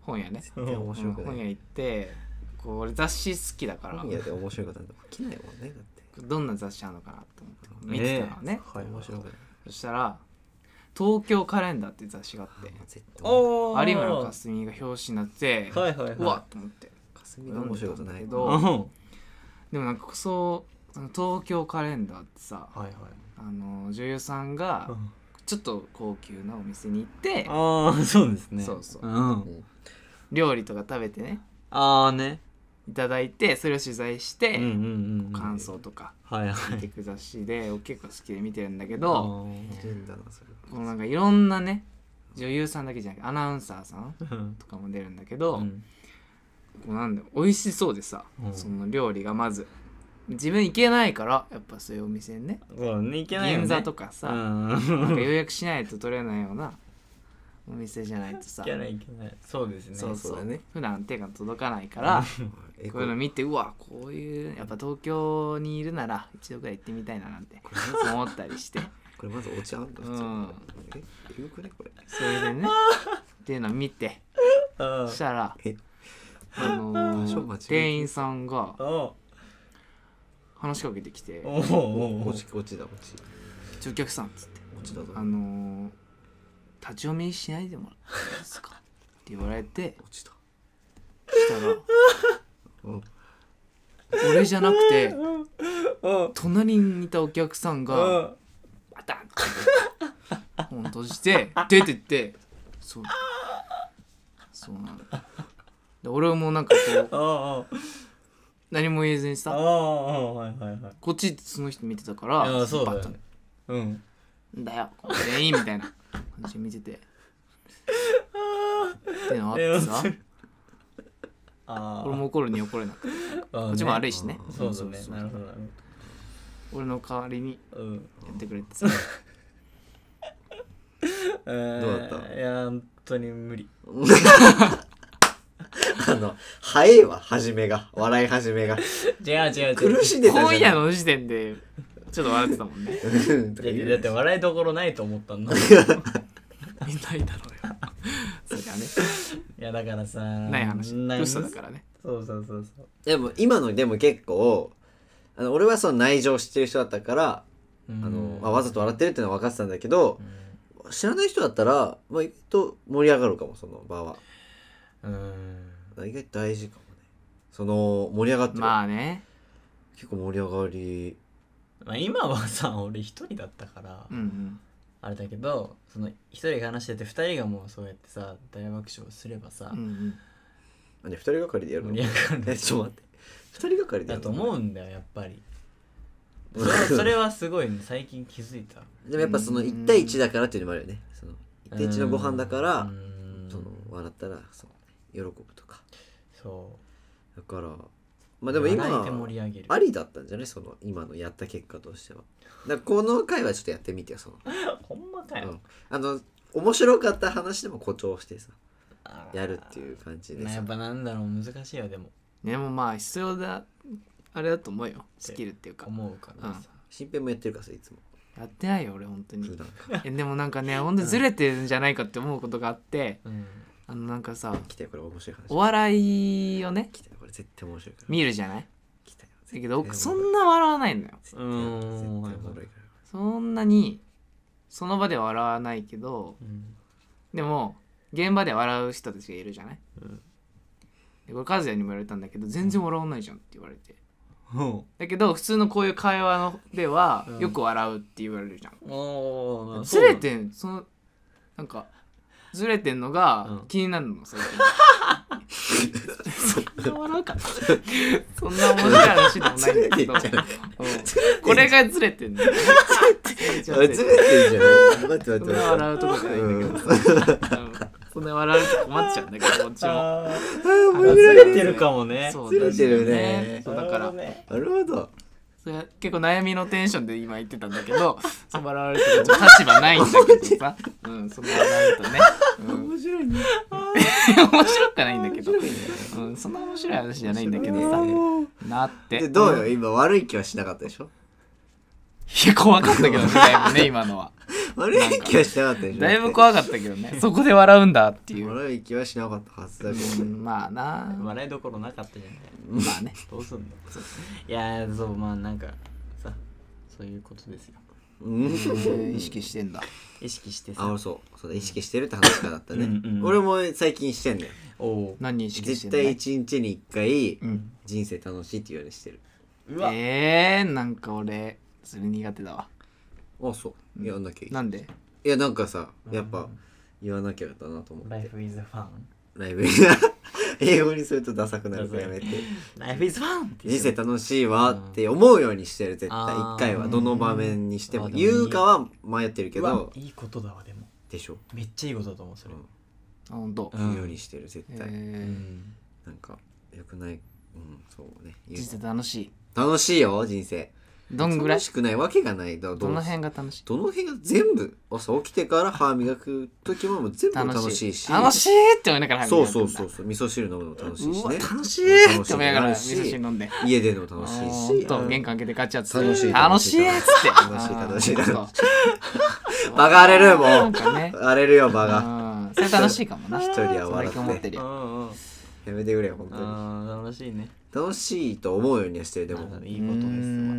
Speaker 1: 本屋ね。
Speaker 2: 手面白く
Speaker 1: うん
Speaker 2: な
Speaker 1: 本
Speaker 2: い。
Speaker 1: 屋行って、こう俺雑誌好きだから
Speaker 2: 本、屋で面白いことなんて起きないもんね、だって。
Speaker 1: どんな雑誌なのかなと思って見てたのね。
Speaker 3: はい面白い
Speaker 1: そしたら、東京カレンダーっていう雑誌があって。
Speaker 2: 絶対面白い。
Speaker 3: おお
Speaker 1: 有村架純が表紙になって、
Speaker 3: はいはいはいう
Speaker 1: わっと思って
Speaker 2: 霞が面白いことな
Speaker 1: け
Speaker 2: いもん
Speaker 1: どでもなんかそうその東京カレンダーってさ
Speaker 3: はいはい
Speaker 1: あの女優さんがちょっと高級なお店に行って
Speaker 3: ああそうですね
Speaker 1: そうそう
Speaker 3: うん
Speaker 1: 料理とか食べてね
Speaker 3: ああね
Speaker 1: いただいてそれを取材し
Speaker 3: うんうん
Speaker 1: て
Speaker 3: うんうん
Speaker 1: 感想とか
Speaker 3: はいは
Speaker 1: 見て
Speaker 3: い
Speaker 1: く雑誌で俺結構好きで見てるんだけ
Speaker 3: あ
Speaker 1: ど
Speaker 2: いるんだな、それは。
Speaker 1: このなんかいろんなね女優さんだけじゃなくてアナウンサーさん
Speaker 3: ーうん
Speaker 1: とかも出るんだけど、
Speaker 3: うん
Speaker 1: こうなんだろう美味しそうでさ、
Speaker 3: うん
Speaker 1: その料理がまず自分行けないからやっぱそういうお店にね
Speaker 3: そうねいけないよね
Speaker 1: 銀座とかさ、
Speaker 3: うん
Speaker 1: なんか予約しないと取れないようなお店じゃないとさ
Speaker 3: いけないいけないそうですね
Speaker 1: そう
Speaker 2: そ
Speaker 1: そうう
Speaker 2: だね
Speaker 1: 普段手が届かないから
Speaker 2: え、
Speaker 1: こうい
Speaker 2: こ
Speaker 1: う
Speaker 2: れ
Speaker 1: の、見てうわこういうやっぱ東京にいるなら一度ぐらい行ってみたいななんて思ったりして
Speaker 2: これまずお茶あんだ、普通
Speaker 1: うん
Speaker 2: え、えぐくね、これ。
Speaker 1: それで ねっていうのを見て
Speaker 3: うん
Speaker 1: そしたら
Speaker 2: え
Speaker 1: あの
Speaker 2: 多少間
Speaker 1: ー
Speaker 2: 違えてる
Speaker 1: 店員さんが
Speaker 3: お
Speaker 1: 話しかけてきて
Speaker 3: お
Speaker 2: お
Speaker 3: お
Speaker 2: 落ち、落ちだ、落ち。
Speaker 1: 「ちょお客さん」っつって。
Speaker 2: 落ちだぞ。
Speaker 1: あのー、立ち読みしないでもらっていいですかって言われて
Speaker 2: 落ちた。
Speaker 1: したら
Speaker 2: うん。
Speaker 1: 俺じゃなくて
Speaker 3: お
Speaker 1: 隣にいたお客さんが
Speaker 3: お
Speaker 1: バタンって本閉じて出てってそうそうなので俺もなんかこう
Speaker 3: お
Speaker 1: 何も言えずに
Speaker 3: あ
Speaker 1: さ
Speaker 3: あはいはいはい
Speaker 1: こっちその人見てたから
Speaker 3: いやそうだよ
Speaker 1: バタン
Speaker 3: うん
Speaker 1: だよこの全員みたいな感じで見ててってのあってさ
Speaker 3: あ
Speaker 1: 俺も怒るに怒れなくて
Speaker 3: こ
Speaker 1: こっちも悪いしね
Speaker 3: そうだ
Speaker 1: ん
Speaker 3: ねなるほどなる
Speaker 1: 俺の代わりに
Speaker 3: ほどうん
Speaker 1: やってくれてさ
Speaker 3: えー
Speaker 2: どうだった
Speaker 3: いや本当に無理
Speaker 2: あの、早いわ、始めが。笑い始めが。
Speaker 3: 違う違う違う
Speaker 2: 苦しんでたじゃん。
Speaker 1: 今夜の時点でちょっと笑ってたもんね
Speaker 2: うんとか
Speaker 3: だって
Speaker 2: 言う
Speaker 3: だって笑いどころないと思ったん だい
Speaker 1: みんないだろうよそりゃね
Speaker 3: やだからさ
Speaker 1: ない話
Speaker 3: な
Speaker 1: 嘘だからね
Speaker 3: そうそうそうそう
Speaker 2: でも、今のでも結構、あの俺はその内情を知ってる人だったから、
Speaker 3: あ
Speaker 2: あの、あわざと笑ってるってのは分かってたんだけど、知らない人だったら、まあ、意外と盛り上がるかも、その場は。
Speaker 3: うん
Speaker 2: 意外と大事かもね。その、盛り上がってる。
Speaker 1: まあね
Speaker 2: 結構盛り上がり。
Speaker 3: まあ今はさ俺一人だったから
Speaker 1: うんうん
Speaker 3: あれだけどその一人が話してて二人がもうそうやってさ大爆笑すればさ
Speaker 1: うんうん
Speaker 2: あ、ね、二人がかりでやるの
Speaker 3: 盛り上がる
Speaker 2: え、ちょっと待って。二人がかりでや
Speaker 3: だ
Speaker 2: る
Speaker 3: と
Speaker 2: の
Speaker 3: 思うんだよやっぱりそれそれはすごいね最近気づいた
Speaker 2: でもやっぱその1対1だからっていうのもあるよね。その1対1のご飯だから、
Speaker 3: うん
Speaker 2: その笑ったらそう喜ぶとか
Speaker 3: そう
Speaker 2: だからまあでも今
Speaker 3: 笑いで盛り上げる
Speaker 2: ありだったんじゃないその今のやった結果としてはだからこの回はちょっとやってみてよその、
Speaker 3: ほんまか
Speaker 2: う
Speaker 3: よ
Speaker 2: ん、あの面白かった話でも誇張してさ
Speaker 3: あー
Speaker 2: やるっていう感じで
Speaker 3: なや
Speaker 2: さ
Speaker 3: っぱなんだろう難しいよでも
Speaker 1: でもまあ必要だあれだと思うよスキルっていうか
Speaker 3: 思うからさ
Speaker 2: 新編もやってるからさいつも
Speaker 1: やってないよ俺本当
Speaker 2: 普
Speaker 1: に
Speaker 2: 段
Speaker 1: えでもなんかねほんとずれてるんじゃないかって思うことがあって
Speaker 3: うん
Speaker 1: あのなんかさ
Speaker 2: 来たよこれ面白い話
Speaker 1: お笑いをね
Speaker 2: 来たよこれ絶対面白いから
Speaker 1: 見るじゃない
Speaker 2: 来たよ
Speaker 1: だけど僕そ
Speaker 2: なん
Speaker 1: な笑わないのよ
Speaker 2: 絶対面白い
Speaker 3: うん
Speaker 2: 絶対面白いか
Speaker 1: そんなにその場では笑わないけど
Speaker 3: うん
Speaker 1: でも現場で笑う人たちがいるじゃない、
Speaker 3: うん
Speaker 1: でこれ和也にも言われたんだけど全然笑わないじゃんって言われて
Speaker 3: お
Speaker 1: だけど普通のこういう会話のでは、
Speaker 3: うん
Speaker 1: よく笑うって言われるじゃん
Speaker 3: お
Speaker 1: ずれてんそのなんかずれてんのが
Speaker 3: うん
Speaker 1: 気になるの最 近そんな笑うかそんな面白い話でもないんだけど
Speaker 2: ずれてんじゃん
Speaker 1: うんこれがずれてんの
Speaker 2: ずれてんじゃん。待って
Speaker 1: そ
Speaker 2: 待
Speaker 1: ん
Speaker 2: っ
Speaker 1: な
Speaker 2: て待
Speaker 1: 笑うとこじゃないんだ
Speaker 2: っ
Speaker 1: け
Speaker 2: て。
Speaker 1: どうんそんな笑うと困っちゃうんだけどこっちも
Speaker 3: あー
Speaker 2: うん、あー面
Speaker 3: ず
Speaker 2: 白い
Speaker 3: れてるかもね
Speaker 1: そう
Speaker 2: ずれてるね
Speaker 1: そうだから
Speaker 3: ね
Speaker 2: なるほど。
Speaker 1: それ結構悩みのテンションで今言ってたんだけどそばらわれてるちょっと立場ないんだけどさうんそんな笑うとね、うん、
Speaker 2: 面白いね。
Speaker 1: 面白くはないんだけど
Speaker 2: 面白いね。
Speaker 1: うん、そんな面白い話じゃないんだけ
Speaker 2: い
Speaker 1: ど
Speaker 2: や
Speaker 1: さ
Speaker 2: もう
Speaker 1: なって
Speaker 2: で、どうよ
Speaker 1: い
Speaker 2: 今、悪い気はしなかったでしょ
Speaker 1: や怖かったけどねだいぶ ね今のは
Speaker 2: 悪い気はしなかったでしょ
Speaker 1: だいぶ怖かったけどねそこで笑うんだっていう、
Speaker 2: 悪い気はしなかったはずだけ
Speaker 1: う
Speaker 2: どね。
Speaker 1: ん、まあなま
Speaker 3: 笑いどころなかったじゃんね
Speaker 1: あね
Speaker 3: どうすんのいやーそうまあなんかさそういうことですよ
Speaker 2: うん
Speaker 1: 意識してんだ
Speaker 3: 意識して
Speaker 2: あ、
Speaker 3: さ
Speaker 2: 俺そう。そうだ、意識してるって話からだったね。
Speaker 3: うんうんうん
Speaker 2: 俺も最近してんね
Speaker 3: おお
Speaker 1: 何意識して
Speaker 2: 絶
Speaker 1: んだ
Speaker 2: 対一日に一回、
Speaker 1: うん
Speaker 2: 人生楽しいっていうようにしてる。
Speaker 3: うわ
Speaker 1: えー、なんか俺それ苦手だわ
Speaker 2: あ、そう。やんなきゃいけな
Speaker 1: な
Speaker 2: い。
Speaker 1: んで
Speaker 2: いや、なんかさ、やっぱ、言わなきゃだなと思って。
Speaker 3: Life is fun
Speaker 2: ライブ 英語にするとダサくなるからやめて。
Speaker 3: Life is fun って
Speaker 2: 人生
Speaker 3: た
Speaker 2: 楽しいわって思うようにしてる絶対
Speaker 3: あー
Speaker 2: 一回はどの場面にして
Speaker 3: あ
Speaker 2: も
Speaker 3: ーでも
Speaker 2: 言うかは迷ってるけど
Speaker 3: いいことだわでも
Speaker 2: でしょ
Speaker 3: めっちゃいいことだと思うそれ
Speaker 2: うん
Speaker 1: あほんと
Speaker 3: うん
Speaker 2: 言うようにしてる絶
Speaker 1: え
Speaker 2: 対
Speaker 3: う
Speaker 1: ー、
Speaker 3: ん
Speaker 2: なんかよくないうんそうね言う
Speaker 1: 人生楽しい
Speaker 2: 楽しいよ人生
Speaker 1: どんぐらい
Speaker 2: 楽しくないわけがないだ
Speaker 1: ど
Speaker 2: ど
Speaker 1: の
Speaker 2: の
Speaker 1: 辺が楽しい
Speaker 2: どの辺が全部朝起きてから歯磨く時ももう全部楽しいし
Speaker 1: 楽しいって思いながら
Speaker 2: そうそうそううそう味噌汁飲むのも楽しいし
Speaker 1: うわ
Speaker 2: ね
Speaker 1: 楽しい って思いながら
Speaker 2: 楽
Speaker 1: 味
Speaker 2: し
Speaker 1: 噌
Speaker 2: い
Speaker 1: 汁飲んで
Speaker 2: 家での楽しい
Speaker 1: ほん
Speaker 2: し
Speaker 1: と玄関開けてガチャッつ
Speaker 2: 楽しい
Speaker 1: 楽しいっつって
Speaker 2: 楽しい楽しい
Speaker 1: あーほんと
Speaker 2: バカ荒れるもう
Speaker 1: なんかね
Speaker 2: 荒れるよ場が
Speaker 1: うんそれ楽しいかもな
Speaker 2: 一人は笑って
Speaker 1: それ思ってる
Speaker 3: う
Speaker 1: よ
Speaker 3: んうん
Speaker 2: やめてくれよ本当に
Speaker 3: あー楽しいね
Speaker 2: 楽しいと思うようにはしてるでも、
Speaker 3: あ
Speaker 2: う
Speaker 3: ー
Speaker 2: ん、
Speaker 3: いいことで
Speaker 1: う
Speaker 3: す
Speaker 1: ん
Speaker 3: わ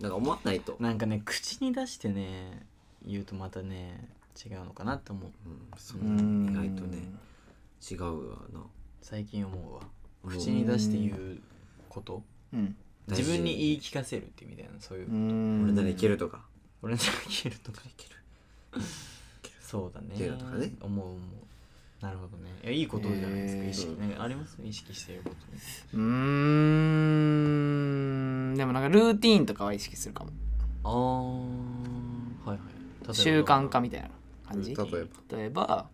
Speaker 2: なんか思わないと、
Speaker 3: なんかね口に出してね言うとまたね違うのかなと思う
Speaker 2: うん、そう
Speaker 1: う
Speaker 2: 意
Speaker 1: ん
Speaker 2: 外とね違うわな
Speaker 3: 最近思うわ
Speaker 2: うん
Speaker 3: 口に出して言うこと
Speaker 1: うん
Speaker 2: 大
Speaker 3: 自
Speaker 2: 事
Speaker 3: 分に言い聞かせるってみたいなそういうう、
Speaker 1: ん
Speaker 2: 俺ならいけるとか、
Speaker 3: 俺に聞けるとかいける そうだね
Speaker 2: けるとかね
Speaker 3: 思う思うなるほどねいやいいことじゃないですか、
Speaker 1: えー
Speaker 3: 意識
Speaker 2: そう
Speaker 3: なんかあります意識してること
Speaker 1: うーんでもなんかルーティーンとかは意識するかも
Speaker 3: ああはいはい
Speaker 1: 習慣化みたいな感じ
Speaker 2: 例え
Speaker 1: 例えば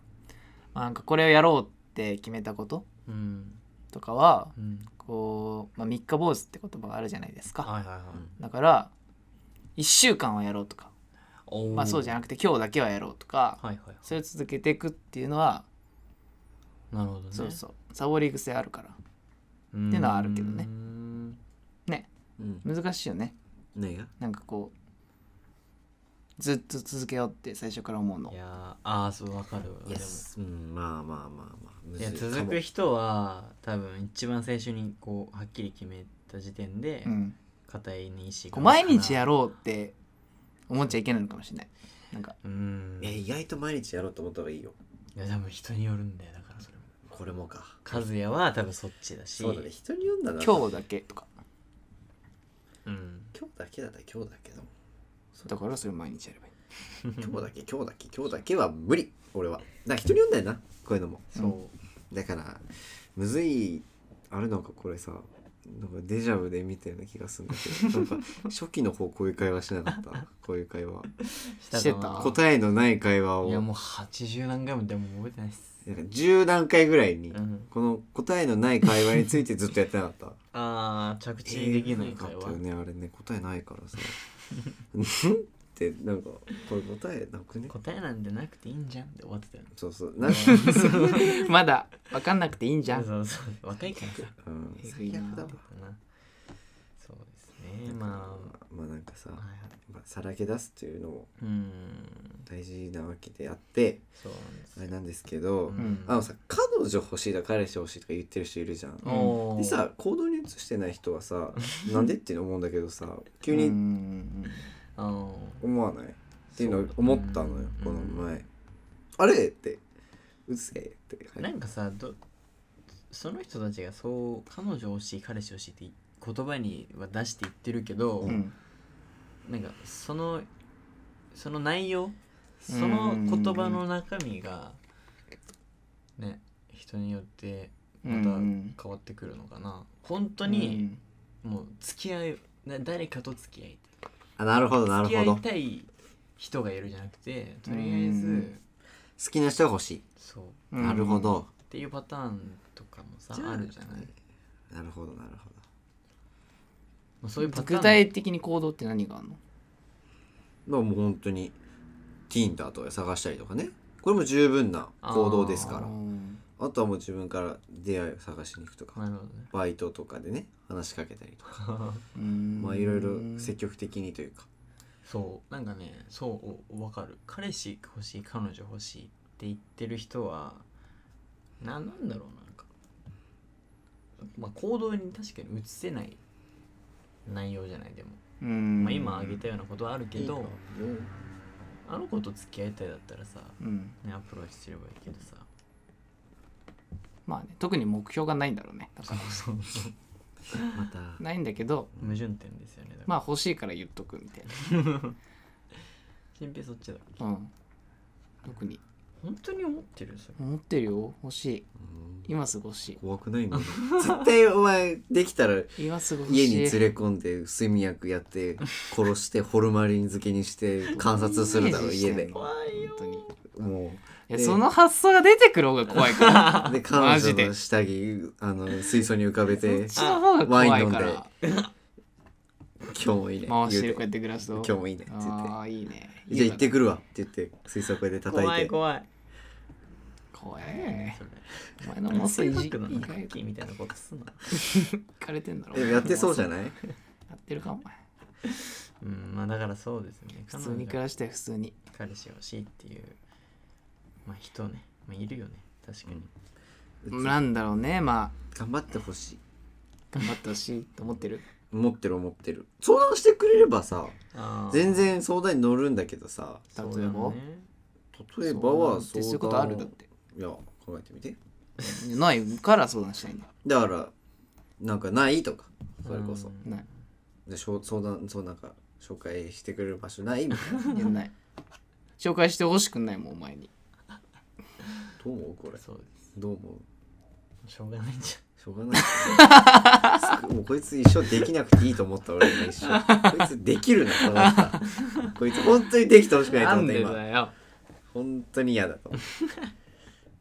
Speaker 1: まあなんかこれをやろうって決めたこと
Speaker 3: うん
Speaker 1: とかは
Speaker 3: うん
Speaker 1: こう、まあ、三日坊主って言葉があるじゃないですか
Speaker 3: はいはいはい、
Speaker 1: だから1週間はやろうとか、
Speaker 3: お
Speaker 1: まあ、そうじゃなくて今日だけはやろうとか、
Speaker 3: はいはいは
Speaker 1: それを続けていくっていうのは、
Speaker 3: いなるほどね
Speaker 1: そうそうサボり癖あるから
Speaker 3: うって
Speaker 1: いうのはあるけどねね
Speaker 2: うん、
Speaker 1: 難しいよね
Speaker 2: 何が
Speaker 1: なんかこうずっと続けようって最初から思うの
Speaker 3: いやーああそうわかるわ
Speaker 2: い
Speaker 3: で
Speaker 2: や
Speaker 3: も
Speaker 2: うんまあまあまあまあむ
Speaker 3: い
Speaker 2: ず
Speaker 3: や
Speaker 2: かも
Speaker 3: 続く人は多分一番最初にこうはっきり決めた時点で
Speaker 1: うん、
Speaker 3: 固いに意識
Speaker 1: こう毎日や
Speaker 3: る
Speaker 1: ろうって思っちゃいけないのかもしれないなんか
Speaker 3: うん
Speaker 2: いや意外と毎日やろうと思った方がいいよ
Speaker 3: いや多分人によるんだよだからそれも
Speaker 2: これもか
Speaker 3: 和也は多分そっちだし
Speaker 2: そうだね人に読んだな
Speaker 1: 今日だけとか
Speaker 3: うん
Speaker 2: 今日だけだったら今日だけ だもん
Speaker 1: だからそれを毎日やればいい
Speaker 2: 今日だけ今日だけ今日だけは無理俺はだから人に読んだよなこういうのも
Speaker 3: そう、
Speaker 2: だからむずいあれなんかこれさなんかデジャブで見たような気がするんだけどなんか初期の方こういう会話しなかったこういう会話
Speaker 1: してた
Speaker 3: かな
Speaker 2: 答えのない会話
Speaker 3: いや
Speaker 2: をなん
Speaker 3: も
Speaker 2: か
Speaker 3: う80何回もでも覚えてないっす
Speaker 2: 10段階ぐらいに、
Speaker 3: うん
Speaker 2: この答えのない会話についてずっとやってなかった
Speaker 3: あー着地できない
Speaker 2: か
Speaker 3: 会
Speaker 2: っ
Speaker 3: 話
Speaker 2: たよねあれね答えない からさんってなんかこれ答えなくね
Speaker 3: 答えなんてなくていいんじゃんって終わってたよね
Speaker 2: そうそうなんか、
Speaker 1: まだ分かんなくていいんじゃん
Speaker 3: そうそう若いからさ
Speaker 2: うん、
Speaker 1: えぐい
Speaker 2: 最
Speaker 1: な
Speaker 2: 悪だわ
Speaker 3: そうですねま
Speaker 2: まあなんかさ
Speaker 3: あ、はい
Speaker 2: まあさらけ出すというのも
Speaker 3: うん
Speaker 2: 大事なわけであって
Speaker 3: そうなんです
Speaker 2: あれなんですけど、
Speaker 1: ん
Speaker 2: あのさ彼女欲しいとか彼氏欲しいとか言ってる人いるじゃん。
Speaker 3: おー
Speaker 2: でさ行動に移してない人 はさなんでっていうの思うんだけどさ急
Speaker 1: うん
Speaker 2: に
Speaker 3: あー
Speaker 2: 思わないっていうのを
Speaker 3: そう
Speaker 2: 思ったのよ
Speaker 3: うん
Speaker 2: この前。あれってうっせえって。
Speaker 3: なんかさどその人たちがそう彼女欲しい彼氏欲しいって言葉には出して言ってるけど、
Speaker 1: うんうん
Speaker 3: なんかそのその内容その言葉の中身がね人によって
Speaker 1: う
Speaker 3: また変
Speaker 1: ん
Speaker 3: わってくるのかな、本当
Speaker 1: 当
Speaker 3: にもう付き合いな誰かと付き合い
Speaker 2: あなるほど
Speaker 3: たい
Speaker 2: なる
Speaker 3: 付き
Speaker 2: ほ
Speaker 3: 合い
Speaker 2: ど
Speaker 3: たい人がいるじゃなくてとりあえ
Speaker 1: う
Speaker 3: ず
Speaker 1: ん
Speaker 2: 好きな人が欲しい、
Speaker 3: そうっ
Speaker 2: なるほど
Speaker 3: ていうパターンとかもさ
Speaker 2: じゃあ
Speaker 3: あるじゃない、
Speaker 2: なるほどなるほど
Speaker 3: まあ、そういうパターン
Speaker 1: 具体的に行動って何があるの
Speaker 2: だからもう本当に Tinder とか探したりとかねこれも十分な行動ですから
Speaker 1: うん
Speaker 2: あとはもう自分から出会いを探しに行くと か、
Speaker 3: なるほ
Speaker 2: バイトとかでね話しかけたりとか、
Speaker 3: どね
Speaker 1: うん
Speaker 2: まあいろいろ積極的にというか
Speaker 3: そうなんかねそうわかる彼氏欲しい彼女欲しいって言ってる人はななんだろうなんか、まあ、行動に確かに移せない内容じゃないでも、
Speaker 1: うん
Speaker 3: まあ、今挙げたようなことはあるけど、
Speaker 2: いいか
Speaker 3: あの子と付き合いたいだったらさ、
Speaker 1: うん
Speaker 3: ね、アプローチすればいいけどさ
Speaker 1: まあね特に目標がないんだろうねだから
Speaker 3: そうそう
Speaker 2: うんまた
Speaker 1: ないんだけど
Speaker 3: 矛盾点ですよねだから
Speaker 1: まあ欲しいから言っとくみたい
Speaker 3: 新平そっちだ
Speaker 1: なうん特に
Speaker 3: 本当に思ってるそれ
Speaker 1: 思ってるよ欲しい
Speaker 2: うん
Speaker 1: 今すぐ欲しい
Speaker 2: 怖くないもん 絶対お前できたら
Speaker 1: 今すぐ欲し
Speaker 2: 家
Speaker 1: い
Speaker 2: に連れ込んで睡眠薬やって殺してホルマリン漬けにして観察するだろ
Speaker 1: イメー
Speaker 2: 家
Speaker 1: ジして
Speaker 2: で
Speaker 1: んの
Speaker 3: 怖いよ
Speaker 1: 本当にい
Speaker 2: も
Speaker 1: や
Speaker 2: で
Speaker 1: その発想が出てくる方が怖いから
Speaker 2: うで
Speaker 1: マ
Speaker 2: 彼
Speaker 1: ジ
Speaker 2: 女
Speaker 1: で
Speaker 2: の下着あの水槽に浮かべ
Speaker 1: そって ちの方が怖いか
Speaker 2: ワイン飲ん
Speaker 1: ら
Speaker 2: 「今日もいいね」
Speaker 1: 回して
Speaker 2: 言
Speaker 1: る
Speaker 2: う
Speaker 1: こうやってグラスを
Speaker 2: 今日もいいねって言って
Speaker 1: ああいいね
Speaker 2: て「じゃあ行って
Speaker 1: く
Speaker 2: くるわ」って言って水槽これで叩
Speaker 3: 怖
Speaker 2: い
Speaker 3: い
Speaker 2: て
Speaker 3: 怖い
Speaker 1: 怖いね
Speaker 3: それ
Speaker 1: お前の妄想いじ
Speaker 3: セイ
Speaker 1: 意
Speaker 3: バックの
Speaker 1: 外と
Speaker 3: キみたいなことすんな
Speaker 1: 聞かれてんだろ
Speaker 2: でもやってそうじ
Speaker 1: ゃん
Speaker 2: ゃない
Speaker 1: やってるかお前
Speaker 3: うんまあだからそうですね
Speaker 1: 普通に暮
Speaker 3: 彼女
Speaker 1: らして普通に
Speaker 3: 彼氏欲しいっていうまあ人ね、まあ、いるよね確かに、
Speaker 1: なんだろうねまあ
Speaker 2: 頑張ってほしい
Speaker 1: 頑張ってほしいと思ってる
Speaker 2: 思ってる思ってる相談してくれればさ
Speaker 3: あー
Speaker 2: 全然相談に乗るんだけどさ
Speaker 3: そう
Speaker 1: 例え
Speaker 3: だ
Speaker 1: ば
Speaker 3: ね
Speaker 2: 例えばは
Speaker 1: そういうことあるだって
Speaker 2: いや考えてみて
Speaker 1: ないから相談したいんだ
Speaker 2: だからなんかないとかそれこそ
Speaker 3: うん
Speaker 1: ない
Speaker 2: でしょ相談そうなんか紹介してくれる場所ないみたい
Speaker 1: い
Speaker 2: な
Speaker 1: やない紹介してほしくないもんお前に
Speaker 2: どう思うこれ
Speaker 3: そうです
Speaker 2: どう思う
Speaker 3: しょうがないんじ
Speaker 2: しょうが ないすくもうこいつ一生できなくていいと思った俺今一生こいつできるなと思ったこいつ本当にできてほしくないと
Speaker 1: な
Speaker 2: 思
Speaker 1: ん
Speaker 2: った
Speaker 1: で
Speaker 2: 今
Speaker 1: だよ
Speaker 2: 本当に嫌だ と思った
Speaker 1: い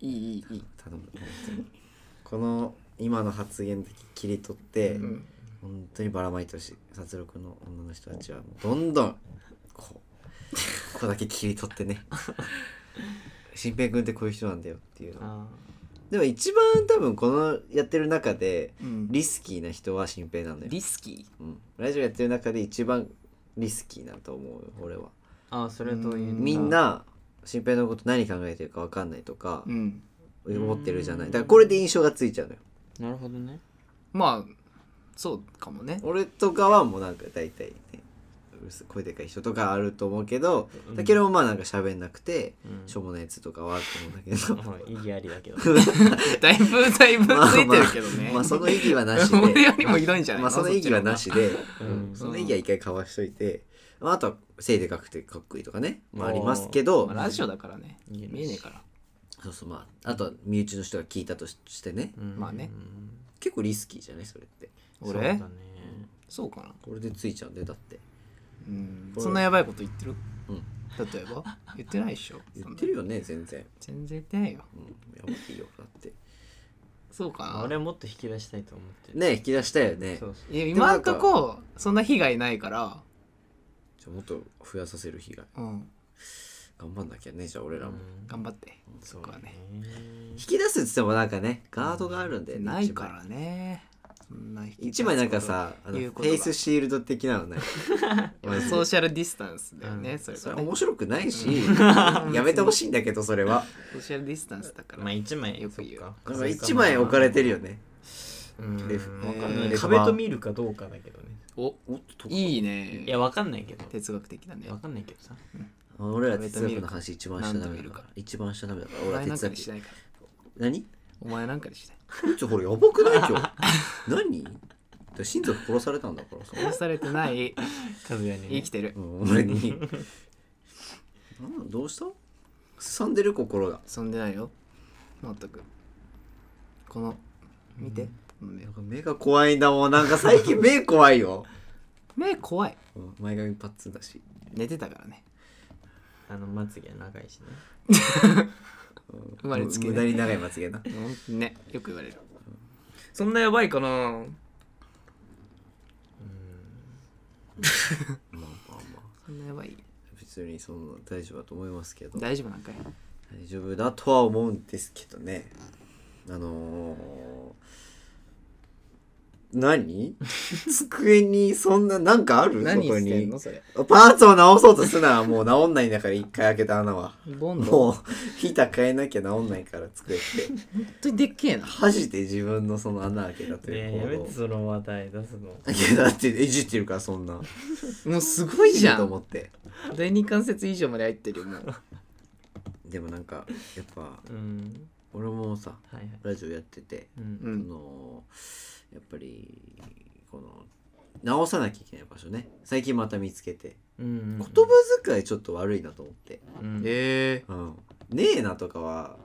Speaker 1: いいいいい
Speaker 2: 頼む本当にこの今の発言だけ切り取って、
Speaker 1: ん
Speaker 2: 本当にばらまいてほしい殺戮の女の人たちはもうどんどん こうここだけ切り取ってね 新平君ってこういう人なんだよっていう
Speaker 3: ゃん
Speaker 2: の
Speaker 3: あ
Speaker 2: でも一番多分このやってる中で
Speaker 1: うん
Speaker 2: リスキーな人は新平なんだよ、
Speaker 1: リスキ
Speaker 2: うん、ラジオやってる中で一番リスキーだと思うよ俺は
Speaker 3: ーあーそれはどういう
Speaker 1: うん
Speaker 2: みんな新平のこと何考えてるか分かんないとか
Speaker 1: ーうん
Speaker 2: 思ってるじゃないだからこれで印象がついちゃうのよ
Speaker 3: なるほどね
Speaker 1: まあそうかもね
Speaker 2: 俺とかはもうなんか大体ねうるさ声でかい人とかあると思うけど、だけどまあなんか喋んなくて、
Speaker 3: うん
Speaker 2: しょうもないやつとかはあると思うんだけど
Speaker 3: まあ意義ありだけど
Speaker 1: だいぶだいぶつ
Speaker 2: まあ
Speaker 1: いてるけどね
Speaker 2: まあその意義 はなし
Speaker 1: 俺よ
Speaker 2: で
Speaker 1: りもひどいんじゃない
Speaker 2: まあその意義はなしで、
Speaker 3: うん
Speaker 2: その意義は一回かわしといて、まあ、あとは背でかくてかっこいいとかね、まあ、ありますけど
Speaker 1: まあラジオだからね
Speaker 3: いいね
Speaker 1: 見えねえから
Speaker 2: そうそうまああとは身内の人が聞いたとししてね、
Speaker 3: うん
Speaker 1: まあね
Speaker 3: うん
Speaker 2: 結構リスキーじゃないそれって
Speaker 3: そうだ
Speaker 1: 俺
Speaker 3: ね
Speaker 1: そうかな
Speaker 2: これでついちゃうんでだって
Speaker 1: うん
Speaker 2: これ
Speaker 1: そんなやばいこと言ってる
Speaker 2: うん
Speaker 1: 例えば言ってないでしょ
Speaker 2: 言ってるよね全然、
Speaker 1: そんな全然言ってないよ
Speaker 2: うん、やばいよだって
Speaker 1: そうか
Speaker 3: まあ
Speaker 1: な
Speaker 3: 俺はもっと引き出したいと思ってる
Speaker 2: ね引き出したいよね
Speaker 3: そうそう
Speaker 1: いや今んとこそんな被害ないから、
Speaker 2: じゃあもっと増やさせる日が
Speaker 1: うん、
Speaker 2: 頑張んなきゃねじゃあ俺らも、
Speaker 3: うん
Speaker 1: 頑張って
Speaker 3: そ
Speaker 1: そこはね
Speaker 2: 引き出すっつってもなんかねガードがあるんで
Speaker 1: ないからねそんな引き出す
Speaker 2: 一枚なんかさあの
Speaker 1: 言
Speaker 2: フ
Speaker 1: うことが
Speaker 2: ェイスシールド的な のないマジで
Speaker 1: ソーシャルディスタンスだよね、
Speaker 3: うん
Speaker 1: それ
Speaker 2: そ
Speaker 1: か
Speaker 2: れ
Speaker 1: ら、ね、
Speaker 2: 面白くないしやめてほしいんだけどそれは
Speaker 1: ソーシャルディスタンスだから、
Speaker 3: まあ一枚
Speaker 1: よく言う
Speaker 3: そっ
Speaker 2: なんか一枚置かれてるよね
Speaker 3: うん
Speaker 2: レフ
Speaker 3: わかんない
Speaker 1: えー
Speaker 3: 壁と見るかどうかだけどね
Speaker 1: お
Speaker 2: おっと
Speaker 1: いいね
Speaker 3: いやわかんないけど
Speaker 1: 哲学的だね
Speaker 3: わかんないけどさ
Speaker 2: 俺ら哲学の話一番しちゃダメだから一番しちゃダメだか
Speaker 1: お
Speaker 2: ら俺ら
Speaker 1: 前なん
Speaker 2: 哲
Speaker 1: か
Speaker 2: 学
Speaker 1: にしないから
Speaker 2: 何
Speaker 1: お前なんかにしない
Speaker 2: こいつほらやばくない今日何だから親族殺されたんだからさ
Speaker 1: 殺されてない
Speaker 3: 和也にね
Speaker 1: 生きてる
Speaker 2: うん俺に なんだどうしたすさんでる心が
Speaker 1: そんでないよ全くこの見て、目
Speaker 2: なんか目が怖いんだもんなんか最近目怖いよ、
Speaker 1: 目怖い
Speaker 2: うん前髪パッツンだし
Speaker 1: 寝てたからね
Speaker 3: あのまつげ長いしね
Speaker 1: 生まれつきね
Speaker 2: 無駄に長いまつ げな
Speaker 1: ほんとねよく言われるそんなやばいかな
Speaker 2: まあまあまあ
Speaker 1: そんなやばい
Speaker 2: 別にそんな大丈夫だと思いますけど
Speaker 1: 大丈夫なんかい
Speaker 2: 大丈夫だとは思うんですけどねあのー、 何机にそんななんかある
Speaker 1: 何
Speaker 2: そこ
Speaker 1: してん
Speaker 2: に
Speaker 1: のそれ
Speaker 2: パーツを直そうとすなもう直んないんだから一回開けた穴は
Speaker 1: ボンド
Speaker 2: もうヒーター変えなきゃ直んないから机って
Speaker 1: 本当にでっけえな
Speaker 2: 恥じて自分のその穴開けたという
Speaker 3: ねえや
Speaker 2: 行
Speaker 3: め
Speaker 2: 動
Speaker 3: てその話題出すの
Speaker 2: いやだっていじってるからそんな
Speaker 1: もうすごいじゃ
Speaker 2: と
Speaker 1: ん
Speaker 2: 思って
Speaker 1: 第二関節以上まで入ってるよもう
Speaker 2: でもなんかやっぱ
Speaker 3: うん
Speaker 2: 俺もさ
Speaker 3: はいはい
Speaker 2: ラジオやってて
Speaker 3: う
Speaker 1: うん
Speaker 2: あ
Speaker 1: ん
Speaker 2: のやっぱりこの直さなきゃいけない場所ね最近また見つけて
Speaker 3: うん
Speaker 2: 言葉遣いちょっと悪いなと思って、
Speaker 3: うん
Speaker 1: ええ
Speaker 2: うん、ねえなとかは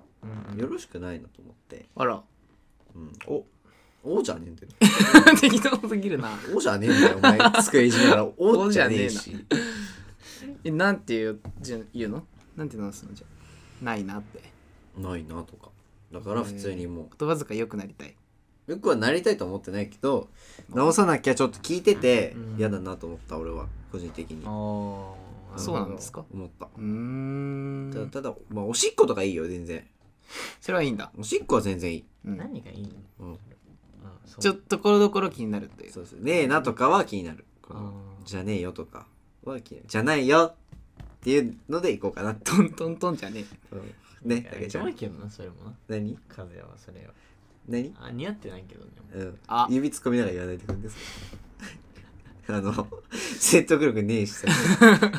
Speaker 3: うん
Speaker 2: よろしくないなと思って、
Speaker 1: あら
Speaker 2: うん、
Speaker 3: お
Speaker 2: おじゃねえんだよ
Speaker 1: 適当すぎるな
Speaker 2: おじゃねえんだよお前机いじめたらおじゃねえし
Speaker 1: えなんて言うじゃ言うのなんて直すのじゃないなって
Speaker 2: ないなとかだから普通にも
Speaker 1: 言葉遣い良くなりたいう
Speaker 2: よくはなりたいと思ってないけど直さなきゃちょっと聞いてて
Speaker 3: うん
Speaker 2: 嫌だなと思った俺は個人的に
Speaker 3: ああ
Speaker 1: そうなんですか
Speaker 2: 思った
Speaker 1: うーん
Speaker 2: ただただまあおしっことかいいよ全然
Speaker 1: それはいいんだ、
Speaker 2: おしっこは全然いい、
Speaker 1: うん、
Speaker 3: 何がいいの
Speaker 2: うん、
Speaker 3: あそう
Speaker 1: ちょっところどころ気になるっていう
Speaker 2: そうそうねえなとかは気になるこの
Speaker 3: あー
Speaker 2: じゃねえよとかは気になるじゃないよっていうのでいこうかなと
Speaker 1: トントントンじゃね
Speaker 2: うんね
Speaker 3: いや
Speaker 2: だけ
Speaker 3: 一
Speaker 2: じゃ
Speaker 3: 番い
Speaker 2: ん
Speaker 3: いけどなそれもな
Speaker 2: 何
Speaker 3: 風はそれは
Speaker 2: 何、
Speaker 3: あ似合ってないけどね
Speaker 2: うん、
Speaker 1: あ
Speaker 2: 指突っ込みながら言わないでくんですか あの説得力ね えしさ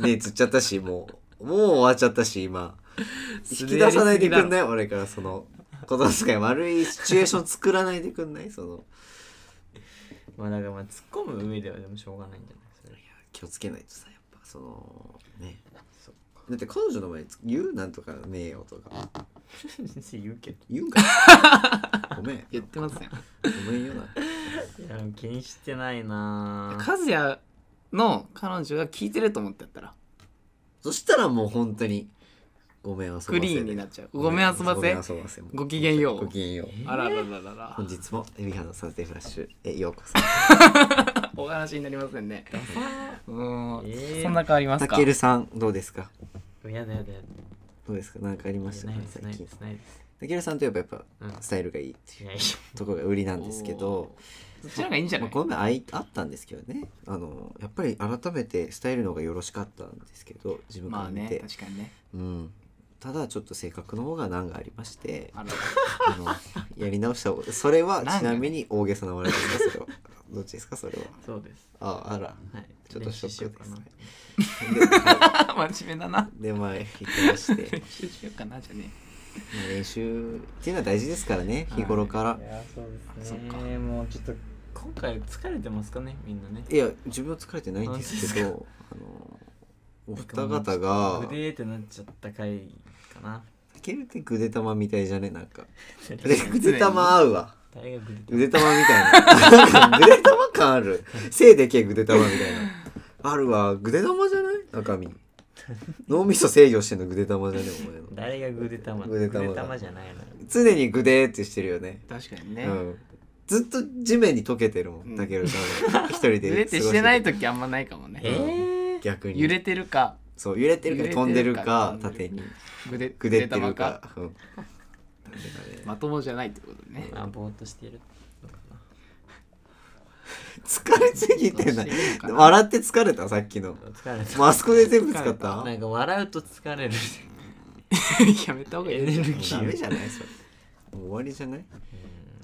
Speaker 2: ねえつっちゃったしもうもう終わっちゃったし今引き出さないでくんない俺からその言葉遣い悪いシチュエーション作らないでくんないその
Speaker 3: まあだからまあ突っ込む上ではでもしょうがないんじゃないそれ
Speaker 2: 気をつけないとさやっぱそのね
Speaker 3: そっか
Speaker 2: だって彼女の前で言うなんとかねえよとか
Speaker 3: 先生言うけど
Speaker 2: 言うんか ごめん
Speaker 1: 言ってますね
Speaker 2: ごめんよない
Speaker 3: や気にしてないなぁ
Speaker 1: 和也の彼女が聞いてると思ってやったら
Speaker 2: そしたらもう本当にごめん遊ばせ
Speaker 1: クリーンになっちゃうごめん遊ば
Speaker 2: ごめん
Speaker 1: せ
Speaker 2: 遊ばせ
Speaker 1: ごきげんよう
Speaker 2: ごきげんよう
Speaker 1: あららららら
Speaker 2: 本日も「エビハのサテフラッシュ」へようこそ
Speaker 1: お話になりませんねうーん、
Speaker 3: えー
Speaker 1: そんな変わります
Speaker 2: た
Speaker 1: か
Speaker 2: けるさんどうですか
Speaker 3: やだやだやだ
Speaker 2: どうですかなんかありました
Speaker 3: ない
Speaker 2: か
Speaker 3: ですな
Speaker 2: 最
Speaker 3: いで
Speaker 2: 近
Speaker 3: すないです
Speaker 2: たけるさんといえばやっぱ
Speaker 3: うん
Speaker 2: スタイルがいい
Speaker 3: 違うよ
Speaker 2: ところが売りなんですけど
Speaker 1: そっちの方がいいんじゃな
Speaker 2: ま
Speaker 1: い
Speaker 2: あ、この前あいあったんですけどねあのやっぱり改めてスタイルの方がよろしかったんですけど自分か
Speaker 1: ま
Speaker 2: ら
Speaker 1: あ
Speaker 2: 見
Speaker 1: ね
Speaker 2: て、
Speaker 1: 確かにね
Speaker 2: うん、ただちょっと性格の方が難がありまして
Speaker 1: あら
Speaker 2: あのやり直した方がそれは
Speaker 1: 難がね
Speaker 2: ちなみに大げさな笑いですかそれはどっちですかそれは
Speaker 3: そうです
Speaker 2: ああら
Speaker 3: はい
Speaker 2: ちょっとシ
Speaker 3: 練習
Speaker 2: ョックです
Speaker 3: しようかな
Speaker 1: ら真面目だな
Speaker 2: で前行きまして
Speaker 1: 練習しようかなじゃね
Speaker 2: まあ練習っていうのは大事ですからね日頃から、
Speaker 3: いやそうですね
Speaker 1: あそっ
Speaker 3: もうちょっと今回疲れてますかねみんなね
Speaker 2: い、や自分は疲れてないんですけどあのお二方が
Speaker 3: グデーってなっちゃった回かな
Speaker 2: たけるってぐで玉みたいじゃねなんか
Speaker 1: れ
Speaker 2: でぐで玉合うわ
Speaker 3: 誰がグデ
Speaker 2: ぐで玉みたいなぐで玉感 ある背でけえぐで玉みたいなあるわぐで玉じゃない中身脳みそ制御してんのぐで玉じゃねお前の
Speaker 3: 誰がグデ玉
Speaker 2: グデ玉だ
Speaker 3: グデ玉じゃないのよ
Speaker 2: 常にぐでーってしてるよね
Speaker 1: 確かにね、
Speaker 2: うんずっと地面に溶けてるも
Speaker 1: うん
Speaker 2: んたけるさんは 一人で
Speaker 1: 揺れてしてない時あんまないかもね、
Speaker 3: えー
Speaker 2: 逆に
Speaker 1: 揺れてるか
Speaker 2: そう揺れてるか
Speaker 1: 揺れてるか
Speaker 2: 飛んでるか
Speaker 1: 飛んで
Speaker 2: 縦
Speaker 1: る
Speaker 2: に
Speaker 1: ぐで
Speaker 2: ぐ
Speaker 1: ぐ
Speaker 2: で
Speaker 1: で
Speaker 2: って
Speaker 1: 玉
Speaker 2: る
Speaker 1: か
Speaker 2: かうん
Speaker 1: まともじゃないってことね
Speaker 3: まあぼーっとしてるのかな
Speaker 2: 疲れすぎてな
Speaker 1: どう
Speaker 2: い
Speaker 1: していいのかな
Speaker 2: 笑って疲れたさっきの
Speaker 3: 疲れて
Speaker 2: マスコで全部使っ
Speaker 3: な
Speaker 2: た
Speaker 3: んか笑うと疲れる
Speaker 1: やめた方がい
Speaker 3: エ
Speaker 1: い
Speaker 3: ネ
Speaker 1: よ
Speaker 3: ルギ
Speaker 2: ダメ
Speaker 3: ー
Speaker 2: じゃないそれもう終わりじゃない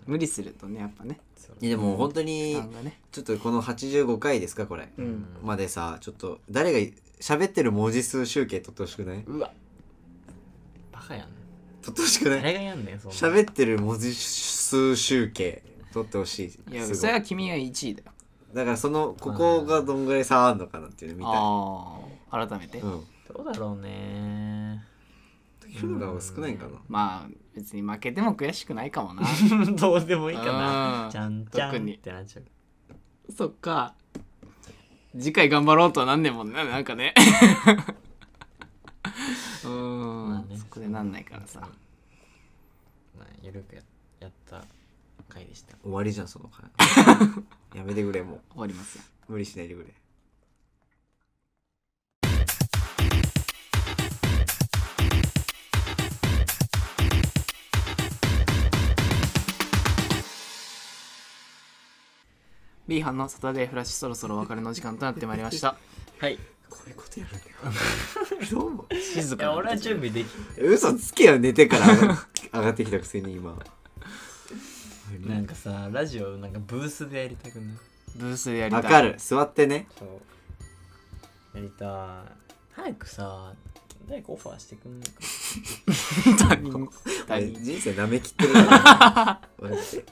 Speaker 1: 無理するとねやっぱね
Speaker 2: いやでも本当に
Speaker 1: 負担がね
Speaker 2: ちょっとこの85回ですかこれ、
Speaker 1: うん
Speaker 2: までさちょっと誰が喋ってる文字数集計取ってほしくないう
Speaker 3: わバカやん
Speaker 2: 取ってほしくない
Speaker 3: 誰がやんねんそんな
Speaker 2: 喋ってる文字数集計取ってほしい
Speaker 1: いや
Speaker 2: すごい
Speaker 1: それは君が1位だよ
Speaker 2: だからそのここがどんぐらい差あるのかなっていうの見たい
Speaker 1: ああ改めて、
Speaker 2: うん
Speaker 3: どうだろうね
Speaker 2: たヒューガーは少ないんかな
Speaker 1: まあ別に負けても悔しくないかもな
Speaker 3: どうでもいいかな
Speaker 1: うん
Speaker 3: ちゃんちゃん
Speaker 1: 特に
Speaker 3: ってなっちゃう
Speaker 1: そっか次回頑張ろうとはなんねんもんななんかね うーん、
Speaker 3: まあね
Speaker 1: そこでなんないからさ
Speaker 3: まあゆるくややった回でした
Speaker 2: 終わりじゃんその会やめてくれも
Speaker 1: 終わりますよ
Speaker 2: う無理しないでくれ
Speaker 1: リーハンのサタデーフラッシュそろそろお別れの時間となってまいりました
Speaker 3: はい
Speaker 2: こういうことやるんだよ どうも
Speaker 1: 静
Speaker 3: い
Speaker 1: か
Speaker 3: や
Speaker 1: な
Speaker 3: 俺は準備でき
Speaker 2: 嘘つけよ寝てから上が上がってきたくせに今
Speaker 3: なんかさラジオなんかブースでやりたくない
Speaker 1: ブースでやりたい
Speaker 2: わかる座ってね
Speaker 3: そうやりたい早くさ誰かオファーしてくんないか
Speaker 1: 他人他
Speaker 2: 俺
Speaker 1: 人
Speaker 2: 人生なめきってるからねマジで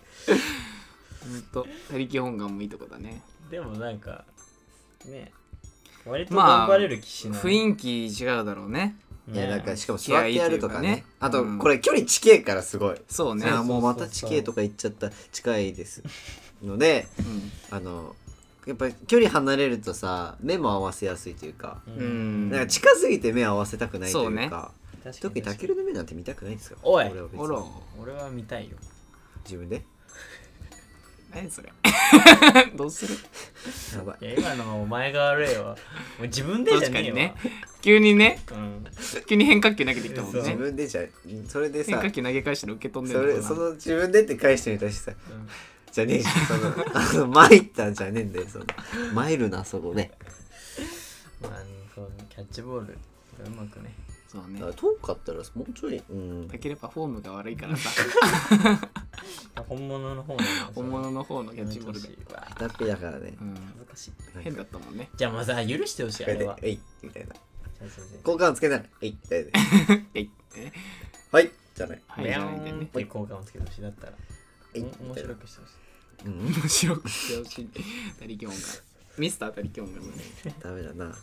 Speaker 1: ずっと他力本願もいいとこだね
Speaker 3: でもなんかね割と
Speaker 1: まあ
Speaker 3: 頑張れる気しない、
Speaker 1: 雰囲気違うだろうね
Speaker 3: ね
Speaker 2: いやなんかしかも座ってやるとか
Speaker 1: 気合いという
Speaker 2: ね
Speaker 1: かね
Speaker 2: あ
Speaker 1: う
Speaker 2: と
Speaker 1: ん
Speaker 2: これ距離近いからすごい
Speaker 1: そうね
Speaker 2: ああもうま
Speaker 3: そ
Speaker 2: た
Speaker 3: うそうそう
Speaker 2: 地形とか言っちゃった近いですので
Speaker 1: うん
Speaker 2: あのやっぱり距離離れるとさ目も合わせやすいというか
Speaker 3: う
Speaker 1: うんん
Speaker 2: なんか近すぎて目合わせたくないと
Speaker 1: そう
Speaker 2: い
Speaker 1: ね
Speaker 2: うか
Speaker 3: 確かに
Speaker 2: 特にタケルの目なんて見たくないんですよ
Speaker 3: おい
Speaker 2: 俺は別に
Speaker 1: おら
Speaker 3: 俺は見たいよ
Speaker 2: 自分で
Speaker 1: 何それ どうする
Speaker 2: やばい
Speaker 3: いや今のはお前が悪 いわもう自分でじゃねえわ
Speaker 1: 確急にね
Speaker 3: うん
Speaker 1: 急に変化球投げてきたもん
Speaker 3: そう
Speaker 2: 自
Speaker 1: ね
Speaker 2: 分でじゃそれで
Speaker 1: 変
Speaker 2: さ
Speaker 1: 化球投げ返したの受け取んね
Speaker 2: そ
Speaker 1: え
Speaker 2: れ
Speaker 1: のか
Speaker 2: そ
Speaker 1: な
Speaker 2: の自分でって返してみたしさ
Speaker 3: うん
Speaker 2: じゃねえじゃんそのあの参ったんじゃねえんだよその参るなそこね
Speaker 3: まあそうキャッチボールがうまくね
Speaker 1: そうね
Speaker 2: だから遠かったらもうちょいうん
Speaker 1: だければフォームが悪いから さ
Speaker 3: 本物の方の
Speaker 1: 本物の方のキャッチボールで、
Speaker 2: だっぺだからね
Speaker 1: うん、
Speaker 3: 恥ずかしい
Speaker 1: 変だったもんね
Speaker 3: じゃあまずは許してほしい
Speaker 2: こ
Speaker 3: あ
Speaker 2: れ
Speaker 3: れ
Speaker 2: で
Speaker 3: は
Speaker 2: 「えい」みたいな
Speaker 3: そうそうそう
Speaker 2: 交換つけない「えい」みたいな
Speaker 1: えいって
Speaker 2: 「はい」じゃない
Speaker 1: はいじゃないんだよね
Speaker 3: で交換をつけてほしいだったら
Speaker 2: 「え
Speaker 3: お
Speaker 2: い」
Speaker 3: 面
Speaker 2: みたい
Speaker 3: 白
Speaker 2: な
Speaker 3: くしてほしい
Speaker 2: うん
Speaker 1: 面白くしてほしい他力本願ミスター他力本願
Speaker 2: ダメだな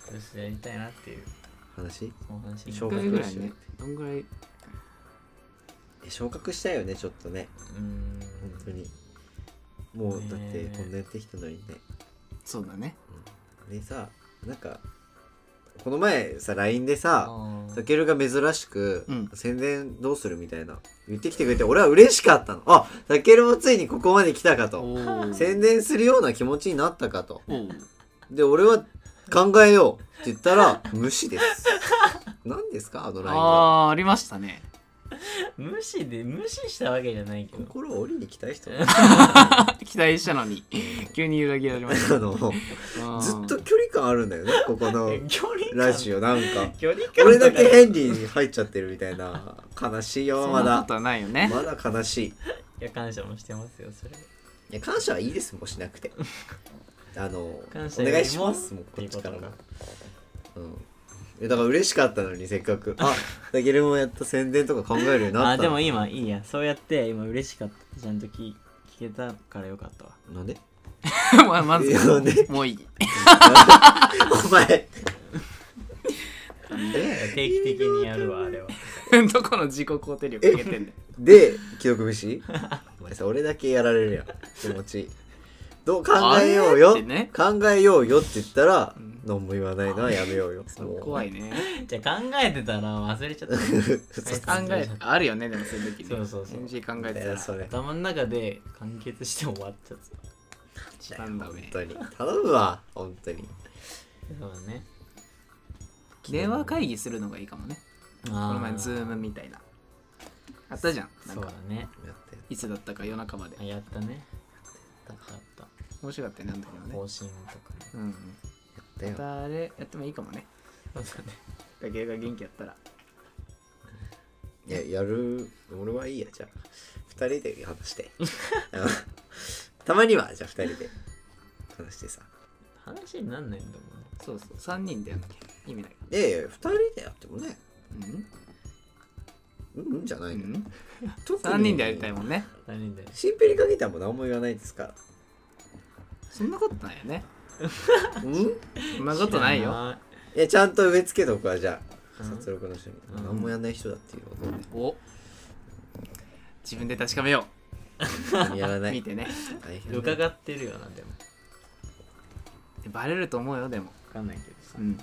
Speaker 3: そしてやりたいなっていう
Speaker 2: 話
Speaker 3: その話
Speaker 2: 一
Speaker 1: 1
Speaker 2: 生
Speaker 1: 回ぐらい
Speaker 2: 昇格し
Speaker 1: ね
Speaker 2: よ
Speaker 1: どんぐらい
Speaker 2: え昇格したいよねちょっとね
Speaker 3: うーん
Speaker 2: 本当にもう
Speaker 3: ね
Speaker 2: だって
Speaker 3: え
Speaker 2: こんなやってきたのにね
Speaker 1: そうだね
Speaker 2: でさなんかこの前さ LINE でさ
Speaker 3: あー
Speaker 2: たけるが珍しく、
Speaker 1: うん
Speaker 2: 宣伝どうするみたいな言ってきてくれて俺は嬉しかったのあたけるもついにここまで来たかと
Speaker 1: おー
Speaker 2: 宣伝するような気持ちになったかと
Speaker 1: おー
Speaker 2: で俺は考えようって言ったら無視です何ですかあの LINE は
Speaker 1: あーありましたね
Speaker 3: 無視で無視したわけじゃないけど
Speaker 2: 心を折りに来たい人
Speaker 1: 期待したのに 急に裏切られまし
Speaker 2: あの
Speaker 1: た
Speaker 2: ずっと距離感あるんだよねここの
Speaker 3: え距離感
Speaker 2: ラジオなんか
Speaker 3: 距離感
Speaker 2: 俺だ
Speaker 3: と
Speaker 2: け
Speaker 3: か
Speaker 2: ヘンリーに入っちゃってるみたいな悲しいよ
Speaker 1: そ
Speaker 2: ま
Speaker 1: んなこ
Speaker 2: だ
Speaker 1: とはないよね
Speaker 2: まだ悲しい
Speaker 3: いや感謝もしてますよそれ
Speaker 2: いや感謝はいいですもうしなくてあのお
Speaker 3: 感謝よりも
Speaker 2: 願いしますもうこっちからも
Speaker 3: っていうこ
Speaker 2: うんえだから嬉しかったのにせっかくあだけどもやった宣伝とか考えるように
Speaker 3: あ
Speaker 2: な
Speaker 3: あ
Speaker 2: った
Speaker 3: で
Speaker 2: の
Speaker 3: も今いいやそうやって今嬉しかったちゃんと聞聞けたからよかったわ
Speaker 2: なんで
Speaker 1: まあまず
Speaker 2: いやね
Speaker 1: もういい
Speaker 2: お前
Speaker 3: 定期的にやるわあれは
Speaker 1: どこの自己肯定力上げてんね
Speaker 2: で記録節お前さ俺だけやられるやん気持ちどう考えよう
Speaker 1: あ
Speaker 2: よ、
Speaker 1: れってね
Speaker 2: 考えようよって言ったら、
Speaker 1: うん
Speaker 2: 何も言わないなやめようよも
Speaker 1: ん
Speaker 2: う
Speaker 1: 怖いね
Speaker 3: じゃあ考えてたら忘れちゃった
Speaker 1: 考えあるよねでもそういう時ね
Speaker 3: そうそうそう
Speaker 1: NG 考えて
Speaker 2: い
Speaker 1: た
Speaker 2: や
Speaker 1: ら
Speaker 2: それ
Speaker 3: 頭の中で完結して終わっちゃった
Speaker 1: なんだ
Speaker 2: 本
Speaker 1: ね
Speaker 2: 当に頼むわ本当に
Speaker 3: そうだね
Speaker 1: 電話会議するのがいいかもね
Speaker 3: こ
Speaker 1: この前ズームみたいなあったじゃんなん
Speaker 3: そう
Speaker 1: か
Speaker 3: だね
Speaker 2: やって
Speaker 1: いつだったか夜中まで
Speaker 3: あやったねやったやった
Speaker 1: 面白かったよねあの時もね
Speaker 3: 更新とかね
Speaker 1: うんうん
Speaker 2: だ
Speaker 1: ま
Speaker 2: よ
Speaker 1: たあれやってもいいかもね
Speaker 3: そうだね
Speaker 1: だけが元気やったら
Speaker 2: いや、やる、俺はいいや、じゃあ、二人で 話して。あのたまには、じゃあ二人で話してさ。
Speaker 3: 話になんないんだもんね
Speaker 1: そうそう3人でやんなきゃ意味ないか
Speaker 2: いやいや、二人でやってもね、うん、うんじゃな
Speaker 1: ら
Speaker 2: い
Speaker 1: うん、
Speaker 2: の、
Speaker 1: うん、
Speaker 2: 特に
Speaker 1: 3人でやりたいもんね
Speaker 3: 何人で
Speaker 2: シンペリかけたも何も言わないですか
Speaker 1: そんなことないよね
Speaker 2: ら。うん
Speaker 1: そんなことないよ
Speaker 3: 知ら
Speaker 2: えちゃんと植え付けとくわじゃあ
Speaker 3: うん
Speaker 2: 殺戮の人に、
Speaker 3: うん
Speaker 2: 何もやんない人だっていうことで
Speaker 1: お自分で確かめよ
Speaker 2: 何もやら
Speaker 1: う、
Speaker 2: ない
Speaker 1: 見てね
Speaker 2: 大変だ
Speaker 3: 伺ってるよなでも
Speaker 1: バレると思うよでも
Speaker 3: 分かんないけどさ
Speaker 1: うん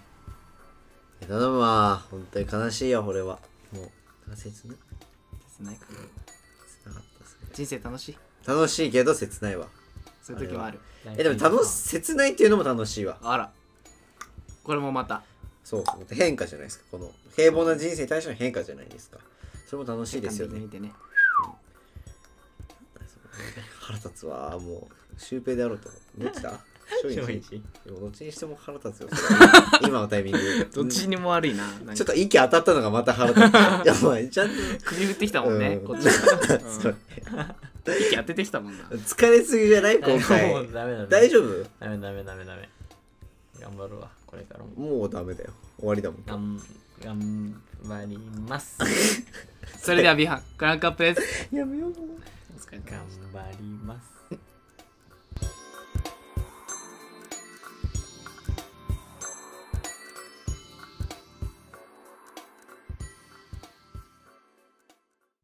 Speaker 2: え頼むわ本当に悲しいよ俺はもうなんか切な
Speaker 1: 切ないから
Speaker 2: 切なかったですね
Speaker 1: 人生楽しい
Speaker 2: 楽しいけど切ないわ
Speaker 1: そういう時もある
Speaker 2: えでも楽し切ないっていうのも楽しいわ
Speaker 1: あらこれもまた
Speaker 2: そう変化じゃないですかこの平凡な人生に対しての変化じゃないですかそれも楽しいですよね
Speaker 1: 見てね
Speaker 2: 腹立つわもうシュウペイであろうとどっちだ松
Speaker 3: 正
Speaker 2: 陰寺
Speaker 3: 直
Speaker 2: でもどっちにしても腹立つよそれ今のタイミングで
Speaker 1: どっちにも悪いななんか
Speaker 2: ちょっと息当たったのがまた腹立ついやお前ちゃんと
Speaker 1: 首振ってきたもんね、
Speaker 2: うん
Speaker 1: こっちから、うん
Speaker 2: そう
Speaker 1: 息当ててきたもんな
Speaker 2: 疲れすぎじゃない今
Speaker 3: も
Speaker 2: 回
Speaker 3: うダメだ
Speaker 2: 大
Speaker 3: 夫
Speaker 2: 丈夫
Speaker 3: ダメダメダメダメ頑張るわこれからも
Speaker 2: もうダメだよ終わりだもん
Speaker 3: がん頑張ります
Speaker 1: それではビハンクランクアップです
Speaker 2: やめよう
Speaker 1: お疲れ様でした
Speaker 3: 頑張ります